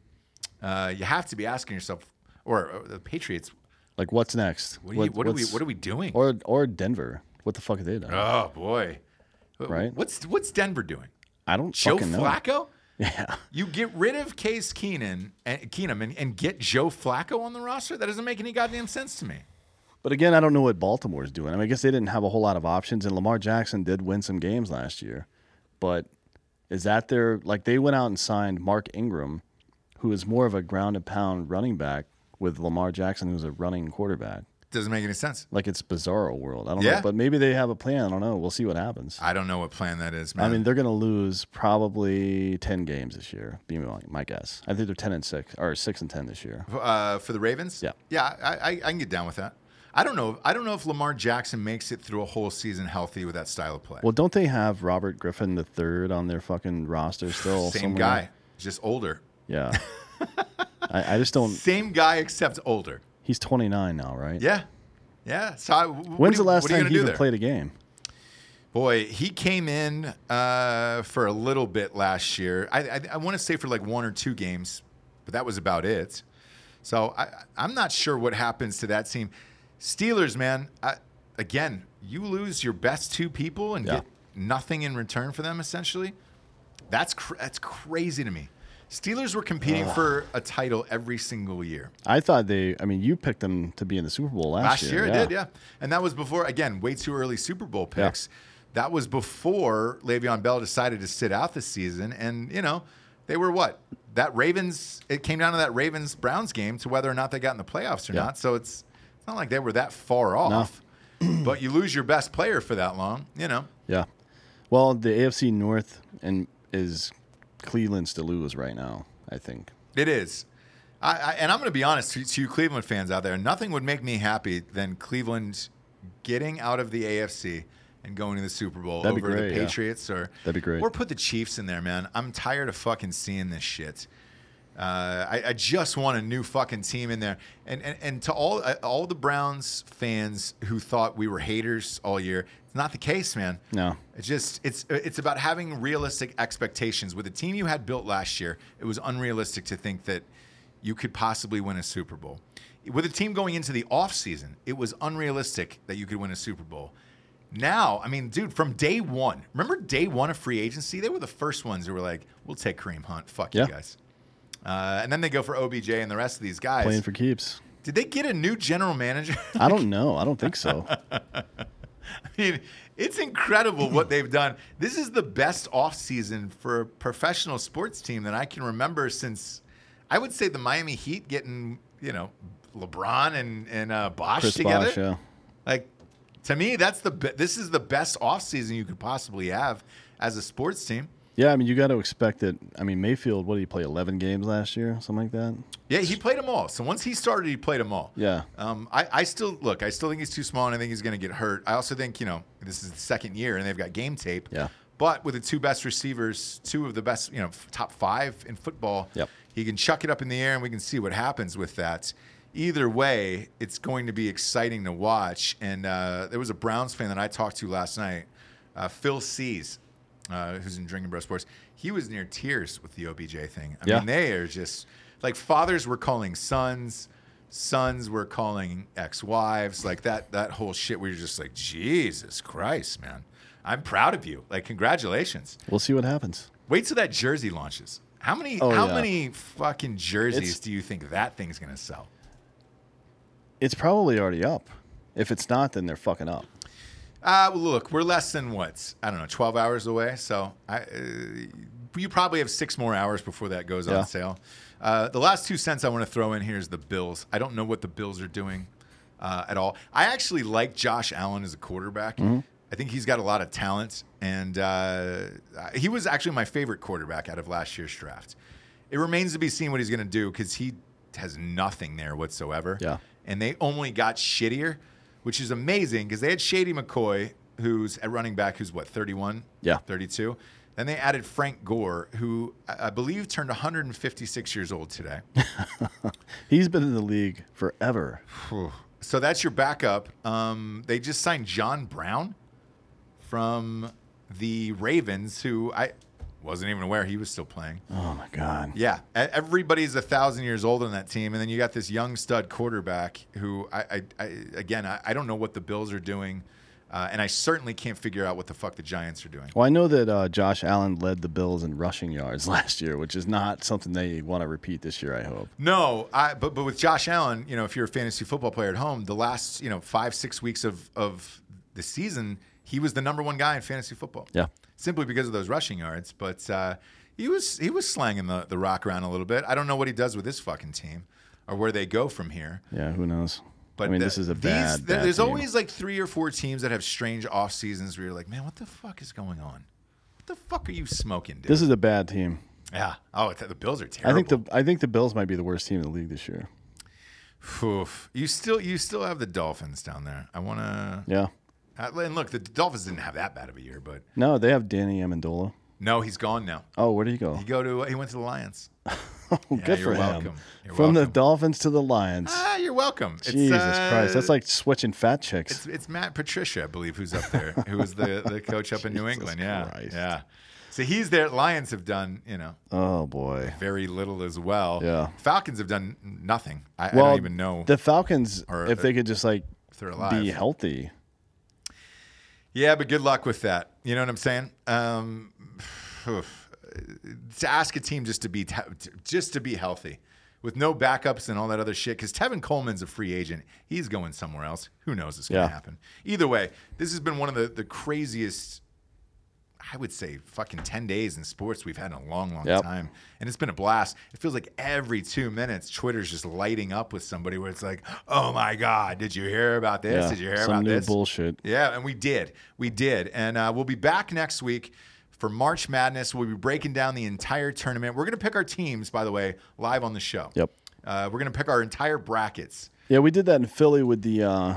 Speaker 1: uh, you have to be asking yourself, or, or the Patriots,
Speaker 2: Like, what's next?
Speaker 1: what, do you, what are we what are we doing?
Speaker 2: Or or Denver? What the fuck have they done?
Speaker 1: Oh boy,
Speaker 2: Right?
Speaker 1: What's what's Denver doing?
Speaker 2: I don't
Speaker 1: Joe
Speaker 2: fucking know.
Speaker 1: Flacco?
Speaker 2: Yeah.
Speaker 1: You get rid of Case Keenan and Keenum and, and get Joe Flacco on the roster? That doesn't make any goddamn sense to me.
Speaker 2: But again, I don't know what Baltimore's doing. I mean, I guess they didn't have a whole lot of options, and Lamar Jackson did win some games last year. But is that their like they went out and signed Mark Ingram, who is more of a ground and pound running back with Lamar Jackson, who's a running quarterback.
Speaker 1: Doesn't make any sense.
Speaker 2: Like it's bizarro world. I don't
Speaker 1: Yeah.
Speaker 2: know, but maybe they have a plan. I don't know. We'll see what happens.
Speaker 1: I don't know what plan that is, man.
Speaker 2: I mean, they're going to lose probably ten games this year. Be my, my guess. I think they're ten and six or six and ten this year.
Speaker 1: uh, for the Ravens.
Speaker 2: Yeah.
Speaker 1: yeah, I, I, I can get down with that. I don't know. I don't know if Lamar Jackson makes it through a whole season healthy with that style of play.
Speaker 2: Well, don't they have Robert Griffin the third on their fucking roster still?
Speaker 1: Same
Speaker 2: somewhere?
Speaker 1: guy, just older.
Speaker 2: Yeah. I, I just don't.
Speaker 1: Same guy except older.
Speaker 2: He's 29 now, right?
Speaker 1: Yeah, yeah. So I, when's
Speaker 2: When's the last
Speaker 1: what are you
Speaker 2: time
Speaker 1: gonna
Speaker 2: he
Speaker 1: do
Speaker 2: even
Speaker 1: there?
Speaker 2: played a game?
Speaker 1: Boy, he came in uh, for a little bit last year. I, I, I want to say for like one or two games, but that was about it. So I, I'm not sure what happens to that team. Steelers, man, I, again, you lose your best two people and
Speaker 2: Yeah.
Speaker 1: get nothing in return for them, essentially. That's, cr- that's crazy to me. Steelers were competing for a title every single year.
Speaker 2: I thought they. I mean, you picked them to be in the Super Bowl last,
Speaker 1: Last year, I did, yeah. And that was before, again, way too early Super Bowl
Speaker 2: Yeah.
Speaker 1: picks. That was before Le'Veon Bell decided to sit out the season. And, you know, They were what? That Ravens. It came down to that Ravens Browns game to whether or not they got in the playoffs or
Speaker 2: Yeah.
Speaker 1: not. So it's it's not like they were that far off. but you lose your best player for that long. You know.
Speaker 2: Yeah. Well, the AFC North and is Cleveland's to lose right now. I think.
Speaker 1: It is. I, I, and I'm going to be honest to, to you, Cleveland fans out there. Nothing would make me happy than Cleveland getting out of the AFC and going to the Super Bowl
Speaker 2: That'd be
Speaker 1: over
Speaker 2: great,
Speaker 1: the
Speaker 2: yeah.
Speaker 1: Patriots or
Speaker 2: That'd be great.
Speaker 1: Or put the Chiefs in there, man. I'm tired of fucking seeing this shit. Uh, I, I just want a new fucking team in there. And and, and to all uh, all the Browns fans who thought we were haters all year, it's not the case, man.
Speaker 2: No.
Speaker 1: It's just it's it's about having realistic expectations with the team you had built last year. It was unrealistic to think that you could possibly win a Super Bowl. With a team going into the offseason, it was unrealistic that you could win a Super Bowl. Now, I mean, dude, from day one, remember day one of free agency? They were the first ones who were like, we'll take Kareem Hunt. Fuck
Speaker 2: Yeah.
Speaker 1: you guys. Uh, and then they go for OBJ and the rest of these guys.
Speaker 2: Playing for keeps.
Speaker 1: Did they get a new general manager?
Speaker 2: I don't know. I don't think so.
Speaker 1: I mean, it's incredible what they've done. This is the best offseason for a professional sports team that I can remember since I would say the Miami Heat getting, you know, LeBron and and uh, Bosch
Speaker 2: Chris
Speaker 1: together.
Speaker 2: Bosh, yeah.
Speaker 1: Like to me, that's the be- this is the best offseason you could possibly have as a sports team.
Speaker 2: Yeah, I mean, you got to expect that. I mean, Mayfield, what did he play? Eleven games last year, something like that.
Speaker 1: Yeah, he played them all. So once he started, he played them all.
Speaker 2: Yeah.
Speaker 1: Um, I, I still look. I still think he's too small, and I think he's going to get hurt. I also think you know this is the second year, and they've got game tape.
Speaker 2: Yeah.
Speaker 1: But with the two best receivers, two of the best, you know, f- top five in football,
Speaker 2: Yep.
Speaker 1: he can chuck it up in the air, and we can see what happens with that. Either way, it's going to be exciting to watch. And uh, there was a Browns fan that I talked to last night, uh, Phil Sees, uh, who's in Drinking Bro Sports. He was near tears with the OBJ thing. I
Speaker 2: Yeah.
Speaker 1: mean, they are just like fathers were calling sons, sons were calling ex-wives, like that that whole shit. We were just like, Jesus Christ, man! I'm proud of you. Like, congratulations.
Speaker 2: We'll see what happens.
Speaker 1: Wait till that jersey launches. How many
Speaker 2: Oh,
Speaker 1: how
Speaker 2: yeah.
Speaker 1: many fucking jerseys
Speaker 2: It's-
Speaker 1: do you think that thing's gonna sell?
Speaker 2: It's probably already up. If it's not, then they're fucking up.
Speaker 1: Uh, well, look, we're less than what I don't know, twelve hours away. So I, uh, you probably have six more hours before that goes
Speaker 2: Yeah.
Speaker 1: on sale. Uh, the last two cents I want to throw in here is the Bills. I don't know what the Bills are doing uh, at all. I actually like Josh Allen as a quarterback.
Speaker 2: Mm-hmm.
Speaker 1: I think he's got a lot of talent, and uh, he was actually my favorite quarterback out of last year's draft. It remains to be seen what he's going to do because he has nothing there whatsoever
Speaker 2: Yeah.
Speaker 1: and they only got shittier, which is amazing because they had Shady McCoy, who's at running back, who's what, 31?
Speaker 2: Yeah.
Speaker 1: 32. Then they added Frank Gore, who I I believe turned 156 years old today.
Speaker 2: He's been in the league forever.
Speaker 1: Whew. so that's your backup. Um, they just signed John Brown from the Ravens, who I wasn't even aware he was still playing.
Speaker 2: Oh my god.
Speaker 1: Yeah, e- everybody's a thousand years old on that team, and then you got this young stud quarterback who, I, I, I again, I, I don't know what the Bills are doing, uh, and I certainly can't figure out what the fuck the Giants are doing.
Speaker 2: Well, I know that uh, Josh Allen led the Bills in rushing yards last year, which is not something they want to repeat this year. I hope.
Speaker 1: No, I, but but with Josh Allen, you know, if you're a fantasy football player at home, the last you know five six weeks of of the season, he was the number one guy in fantasy football.
Speaker 2: Yeah.
Speaker 1: simply because of those rushing yards. But uh, he was he was slanging the the rock around a little bit. I don't know what he does with this fucking team or where they go from here.
Speaker 2: Yeah. Who knows?
Speaker 1: But
Speaker 2: I mean,
Speaker 1: the-
Speaker 2: this is a
Speaker 1: these-
Speaker 2: bad.
Speaker 1: there-
Speaker 2: bad
Speaker 1: there's
Speaker 2: team.
Speaker 1: always like three or four teams that have strange off seasons where you're like, man, what the fuck is going on? What the fuck are you smoking, dude?
Speaker 2: This is a bad team.
Speaker 1: yeah. Oh, it's, the Bills are
Speaker 2: I
Speaker 1: terrible.
Speaker 2: think the I think the Bills might be the worst team in the league this year.
Speaker 1: Oof. you still you still have the Dolphins down there. I want to.
Speaker 2: Yeah.
Speaker 1: And look, the Dolphins didn't have that bad of a year, but
Speaker 2: No, they have Danny Amendola.
Speaker 1: no, he's gone now.
Speaker 2: Oh, where did he go?
Speaker 1: He go to uh, he went to the Lions.
Speaker 2: Well,
Speaker 1: Yeah,
Speaker 2: good
Speaker 1: you're
Speaker 2: for him.
Speaker 1: welcome. You're
Speaker 2: From the
Speaker 1: welcome.
Speaker 2: Dolphins to the Lions.
Speaker 1: Ah, you're welcome. It's,
Speaker 2: Jesus
Speaker 1: uh,
Speaker 2: Christ, that's like switching fat chicks.
Speaker 1: It's, it's Matt Patricia, I believe, who's up there, who was the, the coach up in New
Speaker 2: Jesus
Speaker 1: England. Yeah,
Speaker 2: Christ.
Speaker 1: yeah. So he's there. Lions have done, you know,
Speaker 2: Oh boy.
Speaker 1: very little as well.
Speaker 2: Yeah.
Speaker 1: Falcons have done nothing. I, I
Speaker 2: Well,
Speaker 1: don't even know
Speaker 2: the Falcons,
Speaker 1: Or,
Speaker 2: if
Speaker 1: uh,
Speaker 2: they could just like
Speaker 1: if they're alive.
Speaker 2: be healthy.
Speaker 1: Yeah, but good luck with that. You know what I'm saying? Um, oof. to ask a team just to be just to be healthy with no backups and all that other shit because Tevin Coleman's a free agent. He's going somewhere else. Who knows what's going
Speaker 2: Yeah.
Speaker 1: to happen? Either way, this has been one of the, the craziest I would say fucking 10 days in sports we've had in a long, long
Speaker 2: Yep.
Speaker 1: time. And it's been a blast. It feels like every two minutes, Twitter's just lighting up with somebody where it's like, oh my God, did you hear about this? Did you hear
Speaker 2: some
Speaker 1: about
Speaker 2: new
Speaker 1: this?
Speaker 2: bullshit.
Speaker 1: Yeah, and we did. We did. And uh, we'll be back next week for March Madness. We'll be breaking down the entire tournament. We're going to pick our teams, by the way, live on the show.
Speaker 2: Yep.
Speaker 1: Uh, we're going to pick our entire brackets.
Speaker 2: Yeah, we did that in Philly with the uh,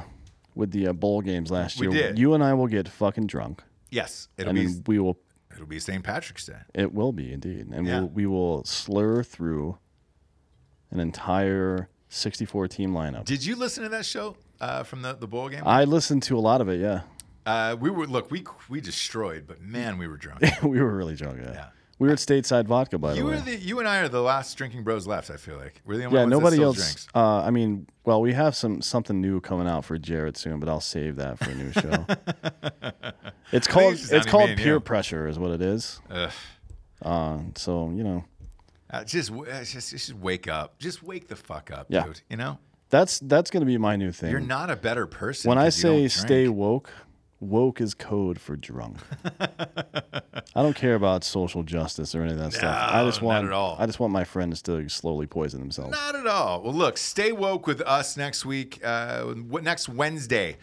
Speaker 2: with the uh, bowl games last
Speaker 1: We
Speaker 2: year.
Speaker 1: did.
Speaker 2: You and I will get fucking drunk,
Speaker 1: Yes, it'll
Speaker 2: and
Speaker 1: be
Speaker 2: then we will.
Speaker 1: it'll be St. Patrick's Day.
Speaker 2: It will be indeed, and
Speaker 1: Yeah.
Speaker 2: we'll, we will slur through an entire sixty-four team lineup.
Speaker 1: Did you listen to that show uh, from the, the bowl game?
Speaker 2: I listened to a lot of it. Yeah,
Speaker 1: Uh, we were look, we we destroyed, but man, we were drunk.
Speaker 2: we were really drunk. Yeah.
Speaker 1: Yeah.
Speaker 2: We were at Stateside Vodka, by the
Speaker 1: you
Speaker 2: way.
Speaker 1: were the you and I are the last drinking bros left. I feel like we're the only
Speaker 2: yeah,
Speaker 1: ones that
Speaker 2: nobody
Speaker 1: still
Speaker 2: else.
Speaker 1: drinks.
Speaker 2: Uh, I mean, well, we have some something new coming out for Jared soon, but I'll save that for a new show. it's called
Speaker 1: just not even
Speaker 2: it's,
Speaker 1: me
Speaker 2: called
Speaker 1: and
Speaker 2: peer
Speaker 1: you.
Speaker 2: pressure, is what it is.
Speaker 1: Ugh.
Speaker 2: Uh, so you know,
Speaker 1: Uh, just, w- uh, just just wake up, just wake the fuck up,
Speaker 2: Yeah.
Speaker 1: dude. You know,
Speaker 2: that's that's gonna be my new thing.
Speaker 1: you're not a better person.
Speaker 2: when I
Speaker 1: 'cause you don't
Speaker 2: say
Speaker 1: drink.
Speaker 2: stay woke, woke is code for drunk. I don't care about social justice or any of that stuff. I just
Speaker 1: No,
Speaker 2: want
Speaker 1: not at all.
Speaker 2: I just want my friends to slowly poison themselves.
Speaker 1: Not at all. Well, look, stay woke with us next week. Uh, what next Wednesday?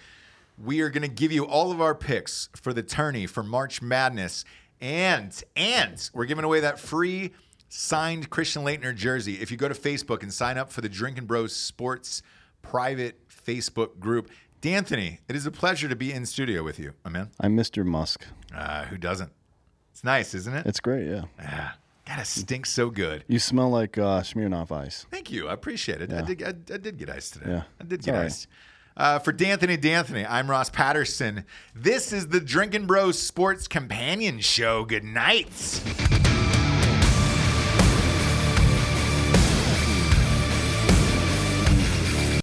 Speaker 1: We are going to give you all of our picks for the tourney for March Madness, and and we're giving away that free signed Christian Leitner jersey. If you go to Facebook and sign up for the Drinking Bros Sports private Facebook group, D'Anthony, it is a pleasure to be in studio with you, my man.
Speaker 2: I'm Mr. Musk.
Speaker 1: Uh, who doesn't? It's nice, isn't it?
Speaker 2: It's great. Yeah,
Speaker 1: Ah, gotta stink so good.
Speaker 2: you smell like uh, Smirnoff Ice.
Speaker 1: Thank you. I appreciate it. I did. I, I did get iced today.
Speaker 2: Yeah.
Speaker 1: I did
Speaker 2: It's
Speaker 1: get
Speaker 2: all right.
Speaker 1: iced. Uh, for D'Anthony D'Anthony, I'm Ross Patterson. This is the Drinking Bros Sports Companion Show. Good night.